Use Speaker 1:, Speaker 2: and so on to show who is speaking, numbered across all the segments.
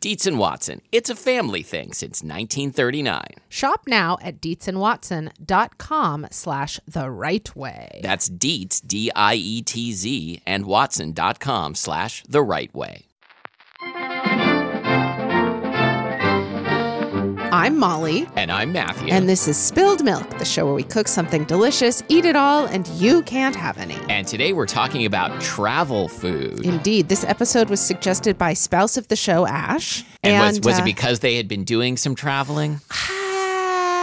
Speaker 1: Dietz and Watson, it's a family thing since 1939.
Speaker 2: Shop now at DietzandWatson.com slash the right way.
Speaker 1: That's Dietz, D I E T Z, and Watson.com slash the right way.
Speaker 2: I'm Molly.
Speaker 1: And I'm Matthew.
Speaker 2: And this is Spilled Milk, the show where we cook something delicious, eat it all, and you can't have any.
Speaker 1: And today we're talking about travel food.
Speaker 2: Indeed, this episode was suggested by spouse of the show, Ash.
Speaker 1: and was, was
Speaker 2: uh,
Speaker 1: it because they had been doing some traveling?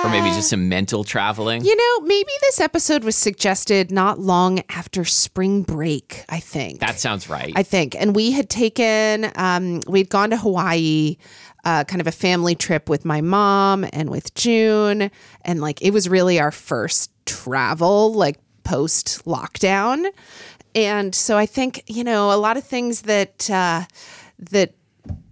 Speaker 1: Or maybe
Speaker 2: Uh,
Speaker 1: just some mental traveling?
Speaker 2: You know, maybe this episode was suggested not long after spring break, I think.
Speaker 1: That sounds right.
Speaker 2: I think. And we had taken, um, we'd gone to Hawaii, uh, kind of a family trip with my mom and with June. And like, it was really our first travel, like post lockdown. And so I think, you know, a lot of things that, uh, that,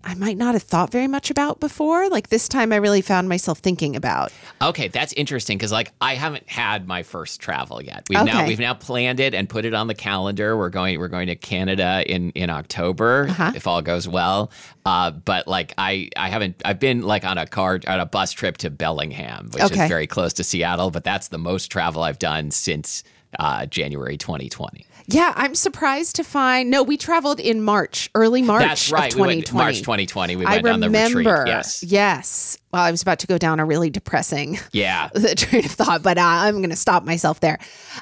Speaker 2: I might not have thought very much about before. Like this time, I really found myself thinking about.
Speaker 1: Okay, that's interesting because like I haven't had my first travel yet. We've now
Speaker 2: Okay.
Speaker 1: we've now planned it and put it on the calendar. We're going we're going to Canada in in October
Speaker 2: Uh-huh.
Speaker 1: if all goes well. Uh, but like I I haven't I've been like on a car on a bus trip to Bellingham, which
Speaker 2: Okay.
Speaker 1: is very close to Seattle. But that's the most travel I've done since uh, January 2020.
Speaker 2: Yeah, I'm surprised to find. No, we traveled in March, early March
Speaker 1: that's right.
Speaker 2: of
Speaker 1: We
Speaker 2: 2020.
Speaker 1: went, March 2020. We
Speaker 2: I
Speaker 1: went on the
Speaker 2: remember.
Speaker 1: retreat. Yes.
Speaker 2: Yes. Well, I was about to go down a really depressing
Speaker 1: Yeah.
Speaker 2: train of thought, but uh, I'm going to stop myself there.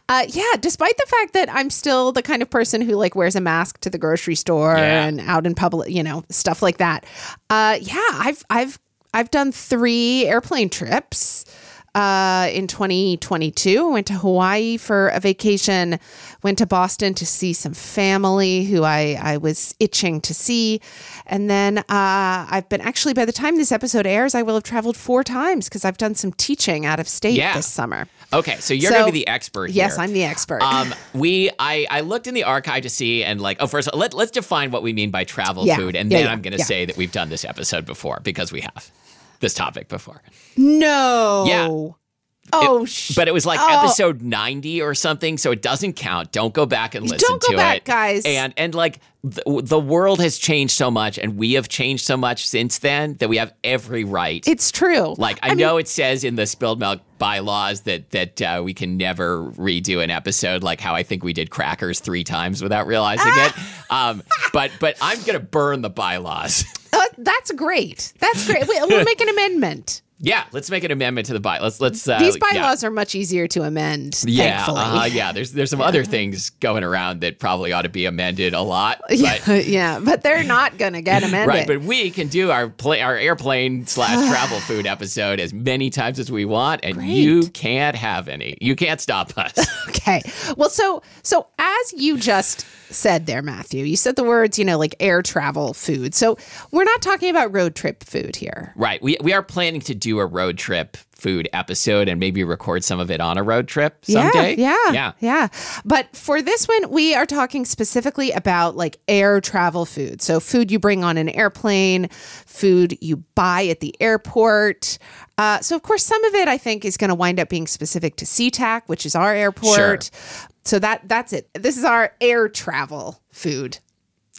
Speaker 2: Uh, yeah, despite the fact that I'm still the kind of person who like wears a mask to the grocery store
Speaker 1: Yeah.
Speaker 2: and out in public, you know, stuff like that. Uh, yeah, I've I've I've done three airplane trips. Uh, in 2022, I went to Hawaii for a vacation. Went to Boston to see some family who I, I was itching to see, and then uh, I've been actually by the time this episode airs, I will have traveled four times because I've done some teaching out of state
Speaker 1: Yeah.
Speaker 2: this summer.
Speaker 1: Okay. So you're
Speaker 2: So-
Speaker 1: going to be the expert here.
Speaker 2: Yes, I'm the expert.
Speaker 1: um, we I, I looked in the archive to see and like oh first let let's define what we mean by travel
Speaker 2: Yeah,
Speaker 1: food and
Speaker 2: yeah,
Speaker 1: then
Speaker 2: yeah,
Speaker 1: I'm gonna
Speaker 2: yeah.
Speaker 1: say that we've done this episode before because we have this topic before
Speaker 2: no.
Speaker 1: yeah.
Speaker 2: Oh, sh-
Speaker 1: but it was like
Speaker 2: Oh.
Speaker 1: episode 90 or something so it doesn't count don't go back and listen
Speaker 2: Don't go
Speaker 1: to
Speaker 2: back,
Speaker 1: it
Speaker 2: guys.
Speaker 1: and and like the, the world has changed so much and we have changed so much since then that we have every right
Speaker 2: it's true.
Speaker 1: like I, know it says in the spilled milk bylaws that that uh, we can never redo an episode like how I think we did crackers three times without realizing it. Um, but but I'm gonna burn the bylaws.
Speaker 2: Uh, that's great. That's great. We, we'll make an amendment.
Speaker 1: yeah, let's make an amendment to the by. Let's let's uh,
Speaker 2: These
Speaker 1: yeah.
Speaker 2: bylaws are much easier to amend.
Speaker 1: Yeah,
Speaker 2: thankfully.
Speaker 1: uh, yeah. There's there's some other things going around that probably ought to be amended a lot.
Speaker 2: Yeah,
Speaker 1: But,
Speaker 2: yeah, but they're not gonna get amended.
Speaker 1: right, but we can do our play our airplane slash travel food episode as many times as we want, and you can't have any. You can't stop us.
Speaker 2: Okay. Well, so so as you just said there, Matthew, you said the words, you know, like air travel food. So we're not talking about road trip food here.
Speaker 1: Right. We we are planning to do a road trip food episode and maybe record some of it on a road trip someday.
Speaker 2: Yeah, yeah.
Speaker 1: Yeah.
Speaker 2: Yeah. But for this one, we are talking specifically about like air travel food. So food you bring on an airplane, food you buy at the airport. Uh, so of course, some of it I think is going to wind up being specific to SeaTac, which is our airport. So that that's it. This is our air travel food.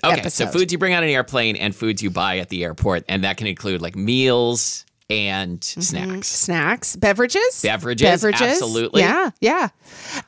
Speaker 1: Okay. So
Speaker 2: episode.
Speaker 1: foods you bring on an airplane and foods you buy at the airport, and that can include like meals, and
Speaker 2: Mm-hmm.
Speaker 1: snacks.
Speaker 2: snacks, beverages,
Speaker 1: Beverages, absolutely.
Speaker 2: Yeah, yeah.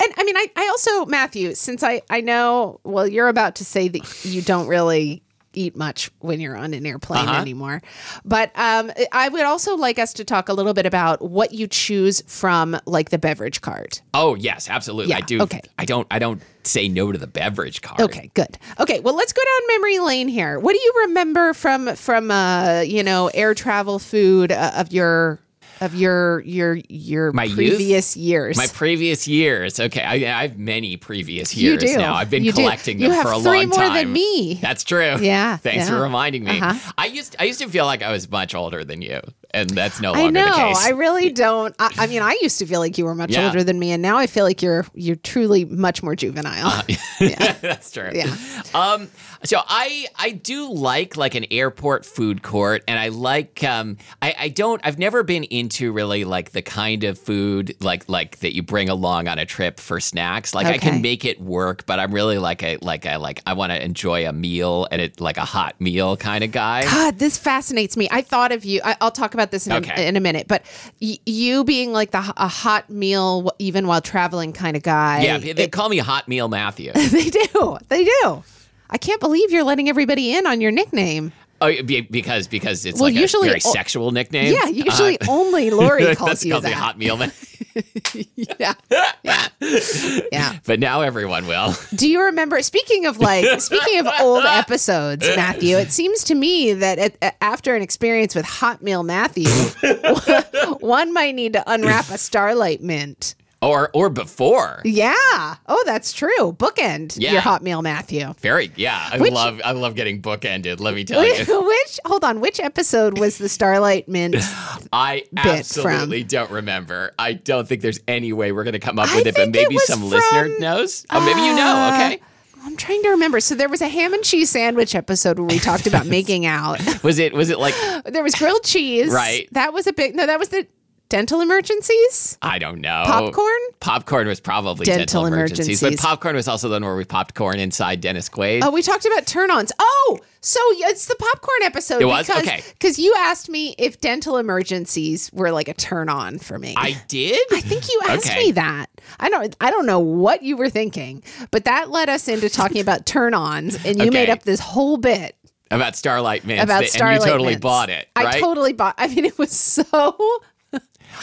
Speaker 2: And I mean, I, I also Matthew, since I I know, well, you're about to say that you don't really eat much when you're on an airplane
Speaker 1: Uh-huh.
Speaker 2: anymore, but um, I would also like us to talk a little bit about what you choose from, like the beverage card.
Speaker 1: Oh yes, absolutely. I
Speaker 2: Yeah,
Speaker 1: do.
Speaker 2: okay.
Speaker 1: I don't. I don't say no to the beverage card.
Speaker 2: Okay, good. Okay, well, let's go down memory lane here. What do you remember from from uh, you know air travel food uh, of your of your your your
Speaker 1: My youth?
Speaker 2: previous years?
Speaker 1: My previous years. Okay, I, I have many previous
Speaker 2: You
Speaker 1: years
Speaker 2: do.
Speaker 1: now. I've been
Speaker 2: You do.
Speaker 1: collecting
Speaker 2: You
Speaker 1: them
Speaker 2: have
Speaker 1: for a
Speaker 2: three
Speaker 1: long
Speaker 2: more
Speaker 1: time.
Speaker 2: than me.
Speaker 1: That's true.
Speaker 2: Yeah,
Speaker 1: Thanks for
Speaker 2: yeah. Uh-huh.
Speaker 1: reminding me. I used I used to feel like I was much older than you, and that's no
Speaker 2: I
Speaker 1: longer
Speaker 2: know.
Speaker 1: the case.
Speaker 2: I really don't. I, I mean, I used to feel like you were much
Speaker 1: Yeah.
Speaker 2: older than me, and now I feel like you're you're truly much more juvenile.
Speaker 1: Uh, That's true.
Speaker 2: Yeah.
Speaker 1: Um, so I I do like like an airport food court, and I like um I, I don't I've never been into really like the kind of food like like that you bring along on a trip for snacks. Like I
Speaker 2: Okay.
Speaker 1: can make it work, but I'm really like a like I like I want to enjoy a meal and it like a hot meal kind of guy.
Speaker 2: God, this fascinates me. I thought of you. I, I'll talk about this in,
Speaker 1: Okay.
Speaker 2: a, in a minute, but y- you being like the h- a hot meal w- even while traveling kind of guy.
Speaker 1: yeah, they they call me Hot Meal Matthew.
Speaker 2: They do. They do. I can't believe you're letting everybody in on your nickname.
Speaker 1: oh, be- because because it's
Speaker 2: Well,
Speaker 1: like
Speaker 2: usually- uh,
Speaker 1: a very sexual nickname.
Speaker 2: Yeah, usually only Lori
Speaker 1: uh, That's
Speaker 2: calls you
Speaker 1: called me
Speaker 2: that.
Speaker 1: Hot Meal Matthew.
Speaker 2: Yeah. Yeah. Yeah.
Speaker 1: But now everyone will.
Speaker 2: Do you remember? Speaking of like, speaking of old episodes, Matthew, it seems to me that at, after an experience with Hot Meal Matthew, one might need to unwrap a Starlight Mint.
Speaker 1: Or or before.
Speaker 2: Yeah. Oh, that's true. Bookend
Speaker 1: Yeah.
Speaker 2: your Hot Meal Matthew.
Speaker 1: Very yeah. I
Speaker 2: Which-
Speaker 1: love I love getting bookended, let me tell you.
Speaker 2: Which hold on, which episode was the Starlight Mint?
Speaker 1: I
Speaker 2: from-
Speaker 1: absolutely don't remember. I don't think there's any way we're gonna come up
Speaker 2: I
Speaker 1: with it, but
Speaker 2: think it
Speaker 1: maybe
Speaker 2: was
Speaker 1: some
Speaker 2: from,
Speaker 1: listener knows. Oh maybe you know, okay.
Speaker 2: Uh, I'm trying to remember. So there was a ham and cheese sandwich episode where we talked about making out.
Speaker 1: Was it was it like
Speaker 2: There was grilled cheese.
Speaker 1: Right.
Speaker 2: That was a big no, that was the dental emergencies?
Speaker 1: I don't know.
Speaker 2: Popcorn?
Speaker 1: Popcorn was probably
Speaker 2: Dental
Speaker 1: dental, emergencies,
Speaker 2: emergencies.
Speaker 1: But popcorn was also the one where we popped corn inside Dennis Quaid.
Speaker 2: Oh, we talked about turn-ons. Oh, so it's the popcorn episode.
Speaker 1: It was?
Speaker 2: because,
Speaker 1: Okay.
Speaker 2: Because you asked me if dental emergencies were like a turn-on for me.
Speaker 1: I did?
Speaker 2: I think you asked
Speaker 1: Okay.
Speaker 2: me that. I don't. I don't know what you were thinking, but that led us into talking about turn-ons, and you made
Speaker 1: Okay.
Speaker 2: up this whole bit
Speaker 1: about Starlight Mints.
Speaker 2: about
Speaker 1: that-
Speaker 2: Starlight.
Speaker 1: and you totally
Speaker 2: Mints.
Speaker 1: bought it, right?
Speaker 2: I totally bought. I mean, it was so.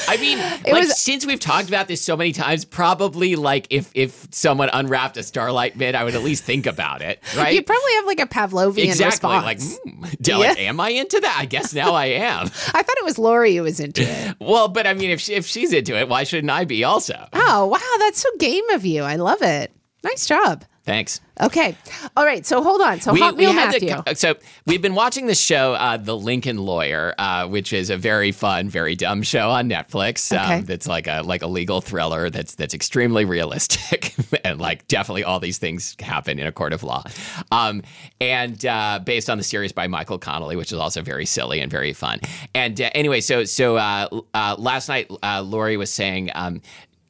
Speaker 1: I mean, like
Speaker 2: was-
Speaker 1: since we've talked about this so many times, probably like if if someone unwrapped a starlight mint, I would at least think about it, right?
Speaker 2: You probably have like a Pavlovian
Speaker 1: exactly.
Speaker 2: response.
Speaker 1: Like, mm, d- like, am I into that? I guess now I am.
Speaker 2: I thought it was Lori who was into it.
Speaker 1: well, but I mean, if she, if she's into it, why shouldn't I be also?
Speaker 2: Oh wow, that's so game of you. I love it. Nice job.
Speaker 1: Thanks.
Speaker 2: Okay. All right. So hold on. So Hot Meal
Speaker 1: had
Speaker 2: Matthew.
Speaker 1: The, so we've been watching the show, uh, The Lincoln Lawyer, uh, which is a very fun, very dumb show on Netflix. Um,
Speaker 2: Okay.
Speaker 1: That's like a like a legal thriller that's that's extremely realistic and like definitely all these things happen in a court of law, um, and uh, based on the series by Michael Connolly, which is also very silly and very fun. And uh, anyway, so so uh, uh, last night uh, Lori was saying. Um,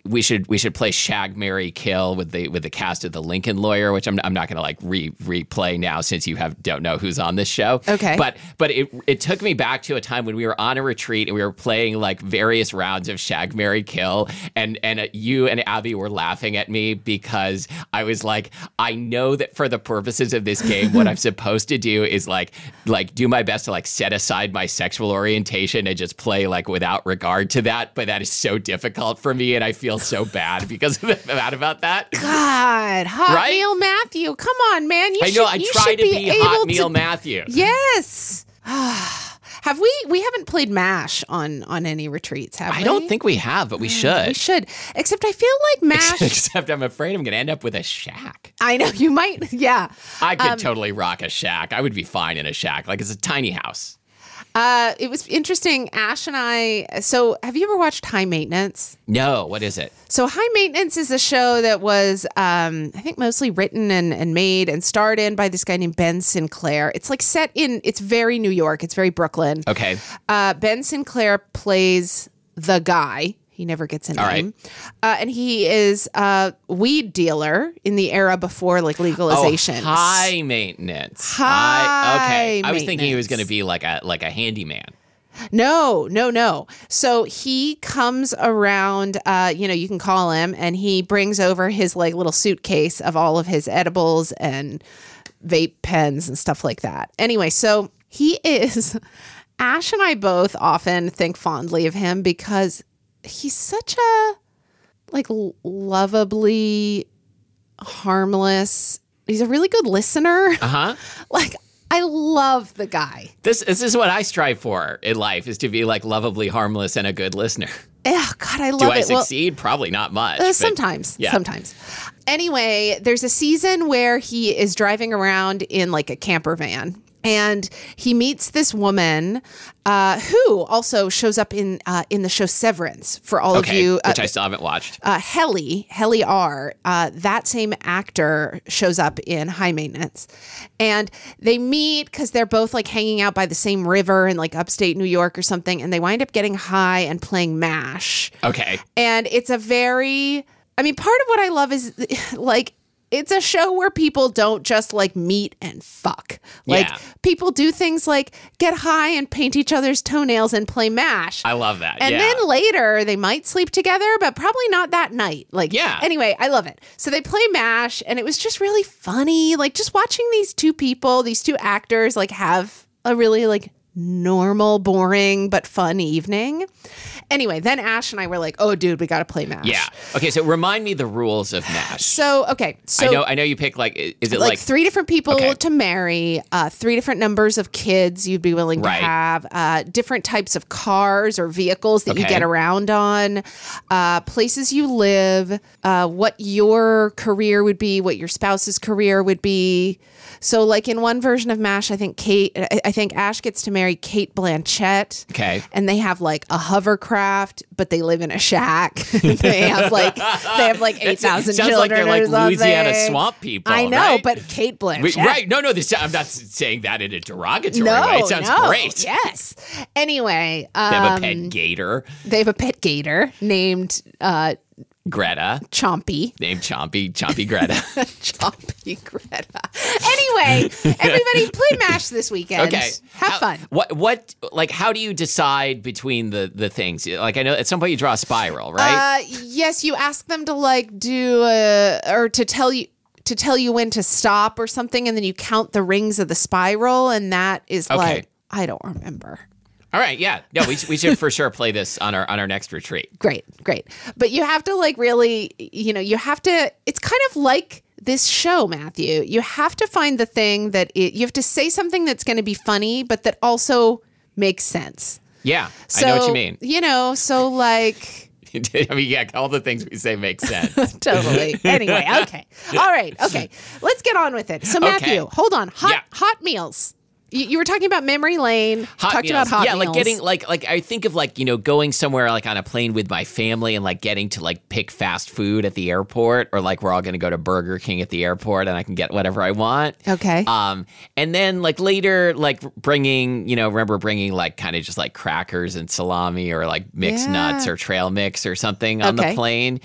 Speaker 1: we should we should play Shag Mary Kill with the with the cast of the Lincoln Lawyer, which I'm, I'm not going to like re replay now since you have don't know who's on this show.
Speaker 2: Okay.
Speaker 1: but but it it took me back to a time when we were on a retreat and we were playing like various rounds of Shag Mary Kill, and and uh, you and Abby were laughing at me because I was like, I know that for the purposes of this game, what I'm supposed to do is like like do my best to like set aside my sexual orientation and just play like without regard to that, but that is so difficult for me, and I feel so bad because bad about that.
Speaker 2: God, Hot
Speaker 1: Right?
Speaker 2: Meal Matthew. Come on, man. You
Speaker 1: I
Speaker 2: should,
Speaker 1: know I
Speaker 2: you
Speaker 1: try
Speaker 2: should
Speaker 1: to be,
Speaker 2: able
Speaker 1: hot meal
Speaker 2: to.
Speaker 1: Matthew.
Speaker 2: yes. have we? We haven't played Mash on on any retreats, have we?
Speaker 1: I don't think we have, but we should.
Speaker 2: we should. Except I feel like Mash.
Speaker 1: Except I'm afraid I'm going to end up with a shack.
Speaker 2: I know you might. Yeah.
Speaker 1: I
Speaker 2: Um,
Speaker 1: could totally rock a shack. I would be fine in a shack. Like it's a tiny house.
Speaker 2: Uh, it was interesting. Ash and I. So, have you ever watched High Maintenance?
Speaker 1: No, what is it?
Speaker 2: So, High Maintenance is a show that was, um, I think, mostly written and, and made and starred in by this guy named Ben Sinclair. It's like set in, it's very New York, it's very Brooklyn.
Speaker 1: Okay.
Speaker 2: Uh, ben Sinclair plays the guy. He never gets a name.
Speaker 1: right.
Speaker 2: Uh, and he is a weed dealer in the era before like
Speaker 1: Oh,
Speaker 2: legalization.
Speaker 1: high maintenance.
Speaker 2: High
Speaker 1: okay. I was thinking he was
Speaker 2: maintenance.
Speaker 1: going to be like a like a handyman.
Speaker 2: No, no, no. So he comes around, uh, you know, you can call him, and he brings over his like little suitcase of all of his edibles and vape pens and stuff like that. Anyway, so he is, Ash and I both often think fondly of him because he's such a like l- lovably harmless. He's a really good listener.
Speaker 1: Uh huh.
Speaker 2: Like, I love the guy.
Speaker 1: This this is what I strive for in life is to be like lovably harmless and a good listener.
Speaker 2: Oh God, I love
Speaker 1: Do
Speaker 2: it.
Speaker 1: I
Speaker 2: Well,
Speaker 1: succeed? Probably not much.
Speaker 2: uh,
Speaker 1: but-
Speaker 2: sometimes,
Speaker 1: yeah.
Speaker 2: sometimes. Anyway, there's a season where he is driving around in like a camper van. And he meets this woman uh, who also shows up in uh, in the show Severance for all
Speaker 1: okay,
Speaker 2: of you. Uh,
Speaker 1: which I still haven't watched.
Speaker 2: uh, Helly, Helly R, uh, that same actor shows up in High Maintenance. And they meet because they're both like hanging out by the same river in like upstate New York or something. And they wind up getting high and playing MASH.
Speaker 1: Okay.
Speaker 2: And it's a very, I mean, part of what I love is like, it's a show where people don't just like meet and fuck. Like,
Speaker 1: Yeah.
Speaker 2: people do things like get high and paint each other's toenails and play MASH.
Speaker 1: I love that.
Speaker 2: And
Speaker 1: yeah.
Speaker 2: then later they might sleep together, but probably not that night. Like,
Speaker 1: Yeah.
Speaker 2: Anyway, I love it. So they play MASH, and it was just really funny. Like, just watching these two people, these two actors, like have a really like normal, boring but fun evening. Anyway, then Ash and I were like, "Oh, dude, we got to play MASH."
Speaker 1: yeah. Okay, so remind me the rules of Nash.
Speaker 2: So okay, so
Speaker 1: I know I know you pick like i- is it
Speaker 2: like,
Speaker 1: like,
Speaker 2: three different people
Speaker 1: Okay.
Speaker 2: to marry, uh, three different numbers of kids you'd be willing
Speaker 1: Right.
Speaker 2: to have, uh, different types of cars or vehicles that you
Speaker 1: Okay.
Speaker 2: get around on, uh, places you live, uh, what your career would be, what your spouse's career would be. So, like in one version of Mash, I think Kate, I I think Ash gets to marry Kate Blanchett.
Speaker 1: Okay.
Speaker 2: and they have like a hovercraft, but they live in a shack. they have like they have like eight
Speaker 1: That's- it
Speaker 2: thousand
Speaker 1: sounds
Speaker 2: children
Speaker 1: like they're like
Speaker 2: or something.
Speaker 1: Louisiana swamp people,
Speaker 2: I know,
Speaker 1: right?
Speaker 2: but Kate Blanchett.
Speaker 1: Wait, right? No, no. This I'm not s- saying that in a derogatory
Speaker 2: No,
Speaker 1: way. It sounds
Speaker 2: no,
Speaker 1: great.
Speaker 2: Yes. Anyway,
Speaker 1: They
Speaker 2: um,
Speaker 1: have a pet gator,
Speaker 2: they have a pet gator named uh,
Speaker 1: Greta,
Speaker 2: Chompy.
Speaker 1: named Chompy, Chompy Greta.
Speaker 2: Chompy Greta. Anyway, everybody play MASH this weekend.
Speaker 1: Okay. Uh,
Speaker 2: Have
Speaker 1: How-
Speaker 2: fun.
Speaker 1: What what like how do you decide between the the things? Like I know at some point you draw a spiral, right?
Speaker 2: Uh, yes, you ask them to like do uh, or to tell you to tell you when to stop or something, and then you count the rings of the spiral, and that is like I don't remember. Uh,
Speaker 1: All right, yeah. No, we, we should for sure play this on our on our next retreat.
Speaker 2: Great, great. But you have to like really, you know, you have to. It's kind of like this show, Matthew. You have to find the thing that it, you have to say something that's going to be funny, but that also makes sense.
Speaker 1: Yeah.
Speaker 2: So,
Speaker 1: I know what you mean.
Speaker 2: You know, so like.
Speaker 1: I mean, yeah, all the things we say make sense.
Speaker 2: totally. Anyway, okay. All right. Okay. Let's get on with it. So Matthew,
Speaker 1: Okay.
Speaker 2: hold on. Hot
Speaker 1: Yeah.
Speaker 2: hot meals. You, you were talking about memory lane. talked about
Speaker 1: meals.
Speaker 2: hot
Speaker 1: yeah,
Speaker 2: meals.
Speaker 1: like getting like like I think of like, you know, going somewhere like on a plane with my family and like getting to like pick fast food at the airport or like we're all going to go to Burger King at the airport and I can get whatever I want.
Speaker 2: Okay.
Speaker 1: Um, and then like later, like bringing, you know, remember bringing like kind of just like crackers and salami or like mixed
Speaker 2: Yeah.
Speaker 1: nuts or trail mix or something on the
Speaker 2: Okay.
Speaker 1: plane.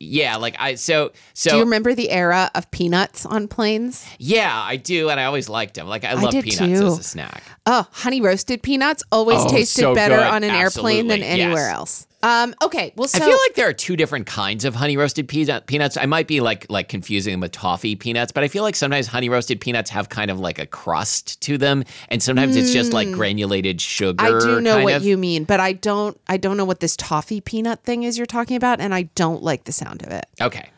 Speaker 1: Yeah, like I so so
Speaker 2: Do you remember the era of peanuts on planes?
Speaker 1: yeah, I do, and I always liked them. Like I love
Speaker 2: did
Speaker 1: peanuts
Speaker 2: too.
Speaker 1: as a snack.
Speaker 2: Oh, honey roasted peanuts always
Speaker 1: Oh,
Speaker 2: tasted
Speaker 1: so
Speaker 2: better
Speaker 1: good.
Speaker 2: on an airplane than
Speaker 1: Absolutely, yes.
Speaker 2: anywhere else. Um, okay. Well, so
Speaker 1: I feel like there are two different kinds of honey roasted peanut, peanuts. I might be like like confusing them with toffee peanuts, but I feel like sometimes honey roasted peanuts have kind of like a crust to them, and sometimes it's just like granulated sugar.
Speaker 2: Hmm. I do know
Speaker 1: kind
Speaker 2: what
Speaker 1: of.
Speaker 2: you mean, but I don't. I don't know what this toffee peanut thing is you're talking about, and I don't like the sound of it.
Speaker 1: Okay.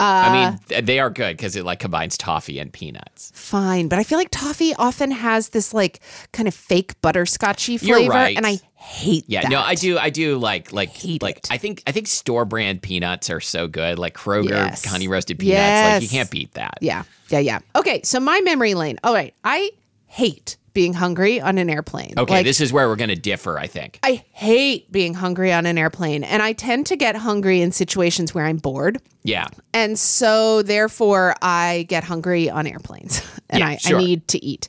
Speaker 2: Uh,
Speaker 1: I mean, th- they are good because it like combines toffee and peanuts.
Speaker 2: fine, but I feel like toffee often has this like kind of fake butterscotchy flavor,
Speaker 1: right.
Speaker 2: and I hate
Speaker 1: Yeah,
Speaker 2: that.
Speaker 1: no, I do. I do like like
Speaker 2: Hate
Speaker 1: like.
Speaker 2: it.
Speaker 1: I think I think store brand peanuts are so good. Like Kroger
Speaker 2: Yes.
Speaker 1: honey roasted peanuts. Like you
Speaker 2: Yes.
Speaker 1: can't beat that.
Speaker 2: yeah, yeah, yeah. Okay, so my memory lane. All right, I hate being hungry on an airplane.
Speaker 1: Okay,
Speaker 2: Like,
Speaker 1: this is where we're gonna differ. I think.
Speaker 2: I hate being hungry on an airplane, and I tend to get hungry in situations where I'm bored.
Speaker 1: Yeah.
Speaker 2: And so, therefore, I get hungry on airplanes, and
Speaker 1: Yeah,
Speaker 2: I,
Speaker 1: sure.
Speaker 2: I need to eat.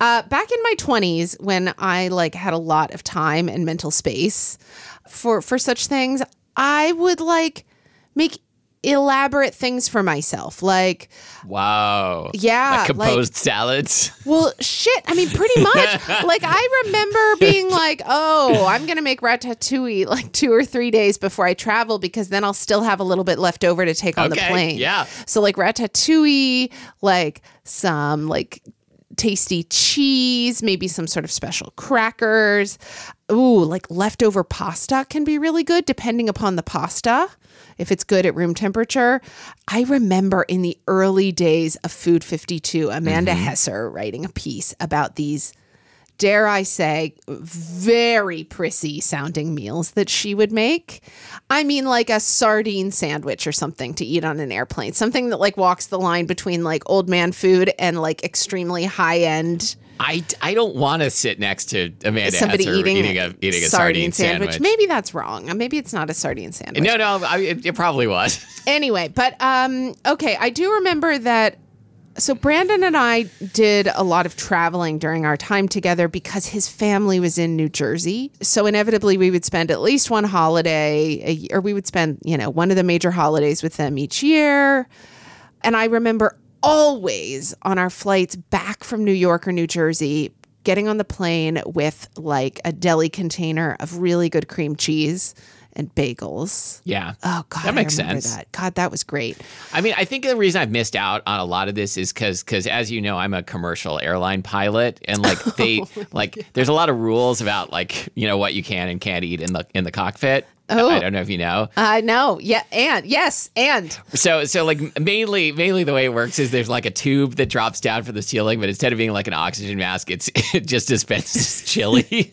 Speaker 2: Uh, back in my twenties, when I like had a lot of time and mental space for for such things, I would like make elaborate things for myself. Like,
Speaker 1: Wow.
Speaker 2: Yeah,
Speaker 1: Like composed
Speaker 2: like-
Speaker 1: salads.
Speaker 2: well, shit. I mean, pretty much. like, I remember being like, oh, I'm going to make ratatouille like two or three days before I travel because then I'll still have a little bit left over to take on
Speaker 1: Okay,
Speaker 2: the plane.
Speaker 1: yeah.
Speaker 2: So, like, ratatouille, like some like tasty cheese, maybe some sort of special crackers. Ooh, like leftover pasta can be really good depending upon the pasta. If it's good at room temperature, I remember in the early days of Food 52, Amanda Hesser writing a piece about these, dare I say, very prissy sounding meals that she would make. I mean, like a sardine sandwich or something to eat on an airplane, something that like walks the line between like old man food and like extremely high end.
Speaker 1: I, I don't want to sit next to Amanda
Speaker 2: somebody
Speaker 1: Etzer
Speaker 2: eating,
Speaker 1: eating a eating a sardine, sandwich.
Speaker 2: Maybe that's wrong. Maybe it's not a sardine sandwich.
Speaker 1: No, no, I, it, it probably was.
Speaker 2: Anyway, but um, okay, I do remember that. So Brandon and I did a lot of traveling during our time together because his family was in New Jersey. So inevitably, we would spend at least one holiday, a y- or we would spend you know one of the major holidays with them each year. And I remember always on our flights back from New York or New Jersey, getting on the plane with like a deli container of really good cream cheese and bagels.
Speaker 1: Yeah.
Speaker 2: Oh God,
Speaker 1: That
Speaker 2: I
Speaker 1: makes
Speaker 2: remember
Speaker 1: sense.
Speaker 2: That. God, that was great.
Speaker 1: I mean, I think the reason I've missed out on a lot of this is because, as you know, I'm a commercial airline pilot, and like they, like there's a lot of rules about like you know what you can and can't eat in the in the cockpit.
Speaker 2: Oh.
Speaker 1: I don't know if you know.
Speaker 2: Uh, no, yeah, and yes, and
Speaker 1: So, so like mainly, mainly the way it works is there's like a tube that drops down from the ceiling, but instead of being like an oxygen mask, it's it just dispenses chili.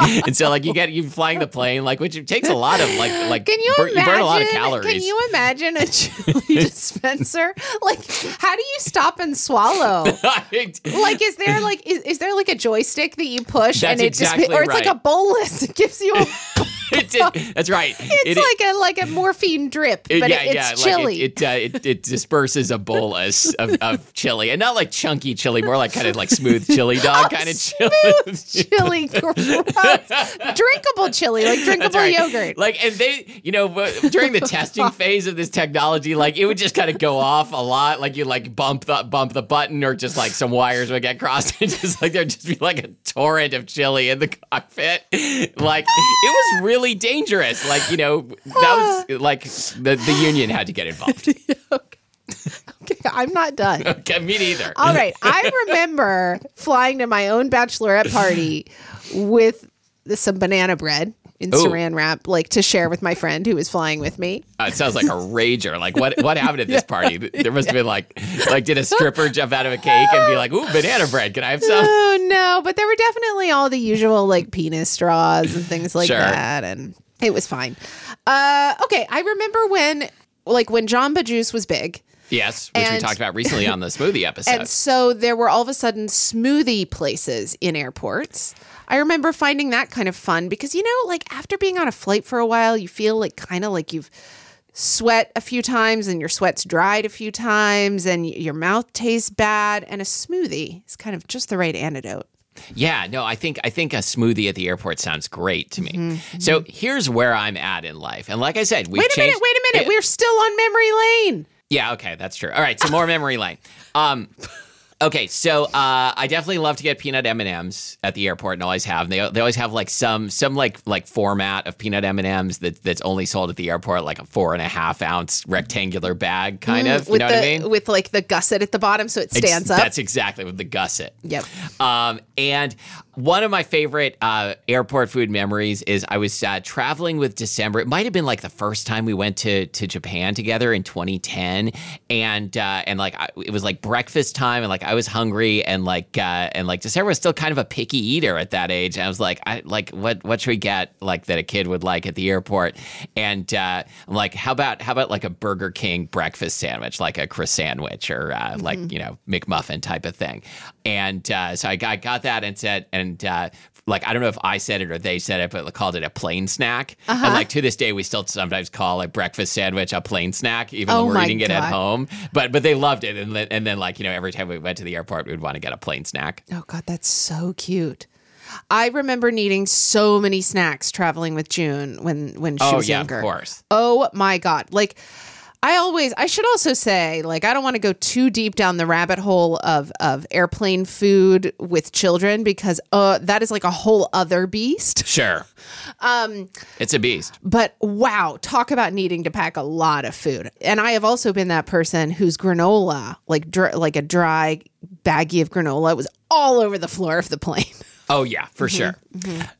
Speaker 1: and so, like you get you flying the plane, like which takes a lot of like like
Speaker 2: can you
Speaker 1: bur-
Speaker 2: imagine?
Speaker 1: burn a lot of calories.
Speaker 2: Can you imagine a chili dispenser? Like, how do you stop and swallow? Like, is there like is, is there like a joystick that you push
Speaker 1: That's
Speaker 2: and it
Speaker 1: exactly
Speaker 2: just or it's like
Speaker 1: right.
Speaker 2: a bolus? It gives you a,
Speaker 1: It did- that's right.
Speaker 2: it's like a like a morphine drip, but it- it's chili.
Speaker 1: Like it, it, uh, it it disperses a bolus of, of chili, and not like chunky chili, more like kind of like smooth chili
Speaker 2: Oh,
Speaker 1: dog kind of chili.
Speaker 2: chili, gross. drinkable chili, like drinkable
Speaker 1: Sorry.
Speaker 2: yogurt.
Speaker 1: Like, and they, you know, w- during the testing phase of this technology, like it would just kind of go off a lot. Like you like bump the bump the button, or just like some wires would get crossed, and just like there'd just be like a torrent of chili in the cockpit. Like it was really dangerous. Like you know, that was like the the union had to get involved.
Speaker 2: Okay, I'm not done.
Speaker 1: Okay, me neither.
Speaker 2: All right. I remember flying to my own bachelorette party with some banana bread in
Speaker 1: Ooh.
Speaker 2: saran wrap, like to share with my friend who was flying with me.
Speaker 1: Uh, it sounds like a rager. Like what what happened at this party? There must have been like like did a stripper jump out of a cake and be like, "Ooh, banana bread. Can I have some?"
Speaker 2: Oh, no. But there were definitely all the usual like penis straws and things like
Speaker 1: Sure.
Speaker 2: that. And it was fine. Uh, okay. I remember when, like, when Jamba Juice was big.
Speaker 1: Yes, which we
Speaker 2: And-
Speaker 1: talked about recently on the smoothie episode.
Speaker 2: And so there were all of a sudden smoothie places in airports. I remember finding that kind of fun because, you know, like after being on a flight for a while, you feel like kind of like you've sweat a few times and your sweat's dried a few times and y- your mouth tastes bad. And a smoothie is kind of just the right antidote.
Speaker 1: yeah, no, I think I think a smoothie at the airport sounds great to me. So here's where I'm at in life, and like I said,
Speaker 2: Mm-hmm,
Speaker 1: we've
Speaker 2: Wait a
Speaker 1: changed.
Speaker 2: minute, wait a minute. We're still on memory lane.
Speaker 1: Yeah, okay, that's true. All right, so more memory lane. Um, okay, so uh, I definitely love to get peanut M and M's at the airport, and always have. And they they always have like some some like like format of peanut M and M's that that's only sold at the airport, like a four and a half ounce rectangular bag, kind of.
Speaker 2: Mm,
Speaker 1: You
Speaker 2: with
Speaker 1: know
Speaker 2: the
Speaker 1: what I mean?
Speaker 2: with like the gusset at the bottom so it stands
Speaker 1: Ex-
Speaker 2: up.
Speaker 1: That's exactly with the gusset.
Speaker 2: Yep.
Speaker 1: Um, and one of my favorite uh, airport food memories is I was uh, traveling with December. It might have been like the first time we went to to Japan together in 2010, and uh, and like I, it was like breakfast time, and like I was hungry, and like uh, and like December was still kind of a picky eater at that age. And I was like, I like what what should we get like that a kid would like at the airport? And uh, I'm like, how about how about like a Burger King breakfast sandwich, like a croissant sandwich or uh,
Speaker 2: Mm-hmm.
Speaker 1: like you know McMuffin type of thing? And uh, so I got, got that and said and. Uh, like I don't know if I said it or they said it, but they called it a plain snack.
Speaker 2: Uh-huh.
Speaker 1: And like to this day, we still sometimes call a breakfast sandwich a plain snack, even
Speaker 2: Oh
Speaker 1: though we're
Speaker 2: my
Speaker 1: eating it at
Speaker 2: God.
Speaker 1: home. But but they loved it, and then, and then like you know every time we went to the airport, we'd want to get a plain snack.
Speaker 2: Oh God, that's so cute. I remember needing so many snacks traveling with June when when she
Speaker 1: Oh
Speaker 2: was
Speaker 1: yeah,
Speaker 2: younger.
Speaker 1: of course.
Speaker 2: Oh my God. Like I always I should also say like I don't want to go too deep down the rabbit hole of of airplane food with children because uh that is like a whole other beast.
Speaker 1: Sure. Um, it's a beast.
Speaker 2: But wow, talk about needing to pack a lot of food. And I have also been that person whose granola, like dr- like a dry baggie of granola was all over the floor of the plane.
Speaker 1: Oh, yeah, for sure.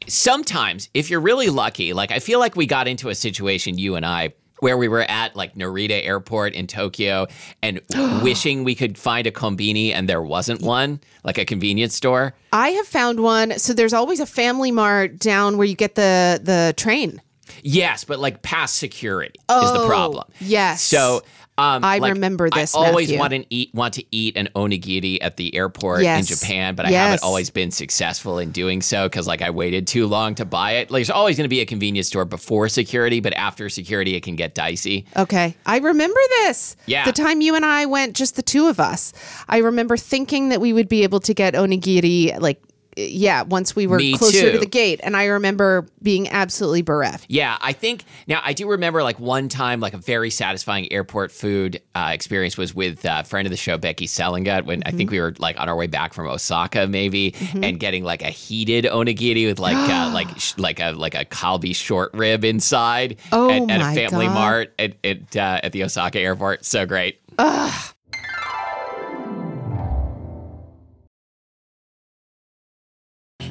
Speaker 1: Sometimes, if you're really lucky, like I feel like we got into a situation, you and I, where we were at like Narita Airport in Tokyo and wishing we could find a kombini and there wasn't one, like a convenience store.
Speaker 2: I have found one. So there's always a family mart down where you get the the train.
Speaker 1: Yes, but like past security is the problem.
Speaker 2: Oh, yes.
Speaker 1: So um,
Speaker 2: I remember this,
Speaker 1: I always
Speaker 2: Matthew.
Speaker 1: want to eat want to eat an onigiri at the airport
Speaker 2: Yes.
Speaker 1: in Japan, but I
Speaker 2: Yes.
Speaker 1: haven't always been successful in doing so because like I waited too long to buy it. Like, there's always going to be a convenience store before security, but after security, it can get dicey.
Speaker 2: Okay. I remember this.
Speaker 1: Yeah.
Speaker 2: The time you and I went, just the two of us. I remember thinking that we would be able to get onigiri, like, yeah, once we were
Speaker 1: Me
Speaker 2: closer to
Speaker 1: too.
Speaker 2: the gate. And I remember being absolutely bereft.
Speaker 1: Yeah, I think now I do remember like one time, like a very satisfying airport food uh, experience was with uh, friend of the show Becky Selingut when I
Speaker 2: Mm-hmm.
Speaker 1: think we were like on our way back from Osaka maybe and getting like a heated onigiri with like uh, like sh- like a like a kalbi short rib inside
Speaker 2: Oh
Speaker 1: at, at
Speaker 2: my
Speaker 1: a Family
Speaker 2: God.
Speaker 1: Mart at at, uh, at the Osaka airport. So great.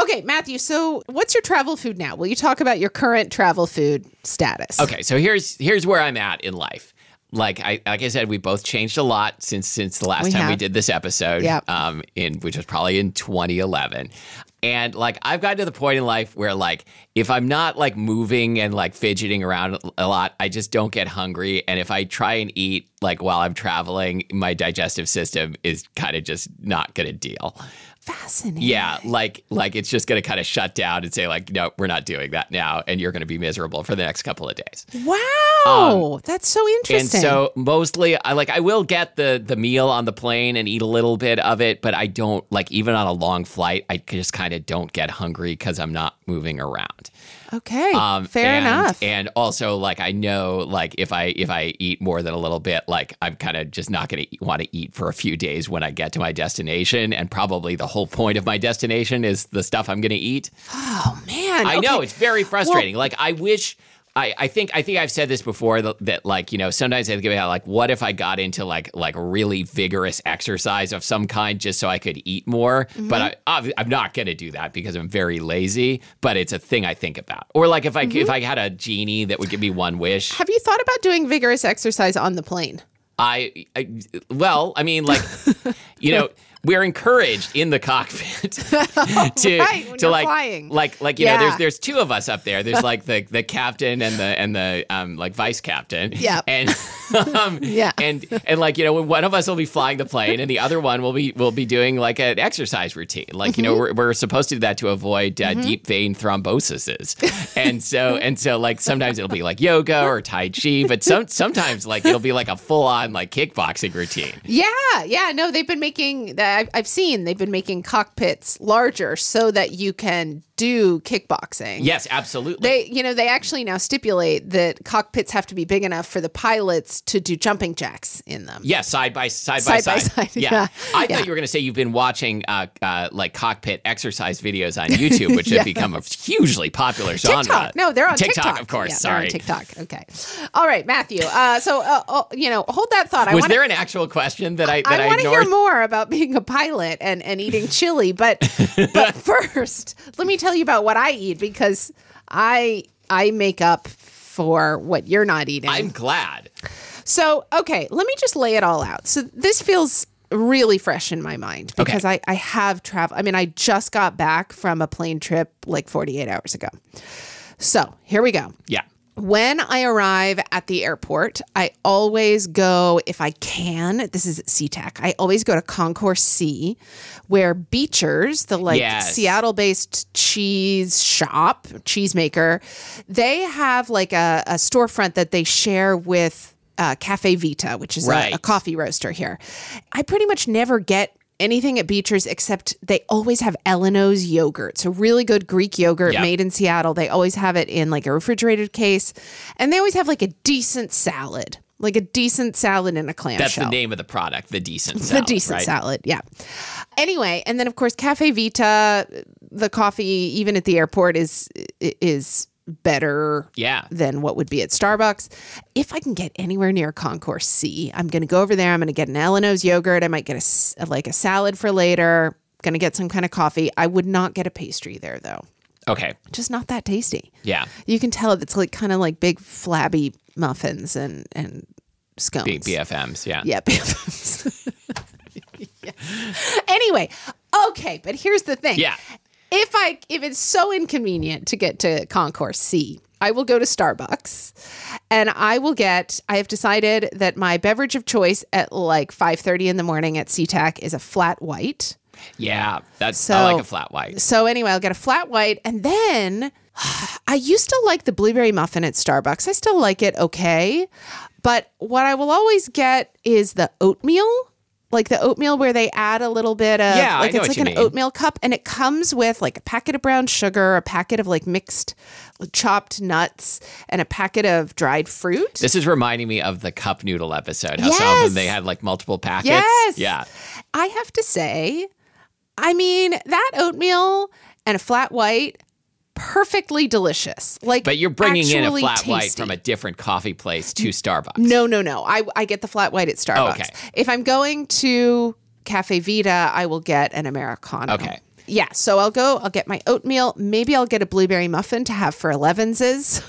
Speaker 2: Okay, Matthew, so what's your travel food now? Will you talk about your current travel food status?
Speaker 1: Okay, so here's here's where I'm at in life. Like I like I said, we both changed a lot since since the last
Speaker 2: We
Speaker 1: time we
Speaker 2: have.
Speaker 1: did this episode.
Speaker 2: Yep.
Speaker 1: Um, in which was probably in 2011. And like I've gotten to the point in life where like if I'm not like moving and like fidgeting around a lot, I just don't get hungry. And if I try and eat like while I'm traveling, my digestive system is kind of just not gonna deal.
Speaker 2: Fascinating.
Speaker 1: Yeah, like like it's just gonna kind of shut down and say like, no, we're not doing that now, and you're gonna be miserable for the next couple of days.
Speaker 2: Wow. that's so
Speaker 1: Um, And
Speaker 2: interesting.
Speaker 1: so mostly I like I will get the the meal on the plane and eat a little bit of it, but I don't like even on a long flight, I just kind of don't get hungry cuz I'm not moving around. Um,
Speaker 2: okay. fair
Speaker 1: and,
Speaker 2: enough.
Speaker 1: And also like I know like if I if I eat more than a little bit, like I'm kind of just not going to want to eat for a few days when I get to my destination and probably the whole point of my destination is the stuff I'm going to eat.
Speaker 2: oh, man.
Speaker 1: I know
Speaker 2: Okay.
Speaker 1: it's very frustrating. like I wish. I, I think I think I've said this before that, that like you know sometimes I think about like what if I got into like like really vigorous exercise of some kind just so I could eat more but I obvi- I'm not gonna do that because I'm very lazy but it's a thing I think about or like if I c- if I had a genie that would give me one wish
Speaker 2: Have you thought about doing vigorous exercise on the plane?
Speaker 1: I, I well I mean like you know we're encouraged in the cockpit to
Speaker 2: Right, when
Speaker 1: to
Speaker 2: you're
Speaker 1: like
Speaker 2: flying.
Speaker 1: like like you know
Speaker 2: Yeah.
Speaker 1: there's there's two of us up there there's like the the captain and the and the um like vice captain
Speaker 2: Yep.
Speaker 1: and um
Speaker 2: Yeah.
Speaker 1: and and like you know when one of us will be flying the plane and the other one will be will be doing like an exercise routine like you know
Speaker 2: Mm-hmm.
Speaker 1: we're, we're supposed to do that to avoid uh, deep vein thrombosises and so and so like sometimes it'll be like yoga or tai chi but some sometimes like it'll be like a full on like kickboxing routine
Speaker 2: Yeah, yeah. No, they've been making that. I've, I've seen they've been making cockpits larger so that you can do kickboxing.
Speaker 1: Yes, absolutely.
Speaker 2: They, you know, they actually now stipulate that cockpits have to be big enough for the pilots to do jumping jacks in them.
Speaker 1: yeah, side by side,
Speaker 2: Side by side, yeah.
Speaker 1: I
Speaker 2: Yeah.
Speaker 1: thought you were going to say you've been watching uh, uh, like cockpit exercise videos on YouTube, which have become a hugely popular genre.
Speaker 2: TikTok. No, they're on
Speaker 1: TikTok,
Speaker 2: TikTok.
Speaker 1: of course.
Speaker 2: Yeah,
Speaker 1: sorry.
Speaker 2: They're on TikTok. Okay. All right, Matthew. Uh, so, uh, uh, you know, hold that thought. I
Speaker 1: Was
Speaker 2: wanna,
Speaker 1: there an actual question that I that
Speaker 2: I
Speaker 1: I,
Speaker 2: want to hear
Speaker 1: ignored?
Speaker 2: more about being a pilot and, and eating chili, but but first, let me tell you about what I eat because I I make up for what you're not eating.
Speaker 1: I'm glad.
Speaker 2: So, okay, let me just lay it all out. So, this feels really fresh in my mind because I, I have traveled. I mean, I just got back from a plane trip like 48 hours ago. So, here we go.
Speaker 1: Yeah.
Speaker 2: When I arrive at the airport, I always go, if I can, this is SeaTac, I always go to Concourse C, where Beechers, the like
Speaker 1: Yes.
Speaker 2: Seattle based cheese shop, cheesemaker, they have like a, a storefront that they share with uh, Cafe Vita, which is a-
Speaker 1: Right.
Speaker 2: a coffee roaster here. I pretty much never get anything at Beechers except they always have Elenos yogurt. So really good Greek yogurt
Speaker 1: Yeah.
Speaker 2: made in Seattle. They always have it in like a refrigerated case. And they always have like a decent salad. Like a decent salad in a clamshell.
Speaker 1: That's the name of the product, the decent
Speaker 2: The
Speaker 1: salad.
Speaker 2: decent
Speaker 1: right?
Speaker 2: salad, yeah. Anyway, and then of course Cafe Vita, the coffee even at the airport is is better
Speaker 1: Yeah.
Speaker 2: than what would be at Starbucks. If I can get anywhere near Concourse C, I'm going to go over there. I'm going to get an Elenos yogurt. I might get a s- like a salad for later. Going to get some kind of coffee. I would not get a pastry there though.
Speaker 1: Okay.
Speaker 2: Just not that tasty.
Speaker 1: Yeah.
Speaker 2: You can tell it's like kind of like big flabby muffins and and scones.
Speaker 1: Big BFMs. Yeah.
Speaker 2: Yeah, BFFs. Yeah. Anyway, okay, but here's the thing.
Speaker 1: Yeah.
Speaker 2: If I if it's so inconvenient to get to Concourse C, I will go to Starbucks and I will get I have decided that my beverage of choice at like 5:30 in the morning at SeaTac is a flat white.
Speaker 1: Yeah. That's
Speaker 2: So-
Speaker 1: I like a flat white.
Speaker 2: So anyway, I'll get a flat white and then I used to like the blueberry muffin at Starbucks. I still like it okay. But what I will always get is the oatmeal. Like the oatmeal where they add a little bit of
Speaker 1: Yeah, I
Speaker 2: like
Speaker 1: know
Speaker 2: it's like
Speaker 1: what you
Speaker 2: an
Speaker 1: mean.
Speaker 2: oatmeal cup and it comes with like a packet of brown sugar, a packet of like mixed chopped nuts and a packet of dried fruit.
Speaker 1: This is reminding me of the cup noodle episode. How some of
Speaker 2: Yes.
Speaker 1: them they had like multiple packets.
Speaker 2: Yes.
Speaker 1: Yeah.
Speaker 2: I have to say, I mean, that oatmeal and a flat white, perfectly delicious. Like,
Speaker 1: But you're bringing in a
Speaker 2: actually
Speaker 1: flat white
Speaker 2: tasty.
Speaker 1: from a different coffee place to Starbucks.
Speaker 2: No, no, no. I, I get the flat white at Starbucks.
Speaker 1: Okay.
Speaker 2: If I'm going to Cafe Vita, I will get an Americano.
Speaker 1: Okay.
Speaker 2: Yeah, so I'll go, I'll get my oatmeal. Maybe I'll get a blueberry muffin to have for 11s.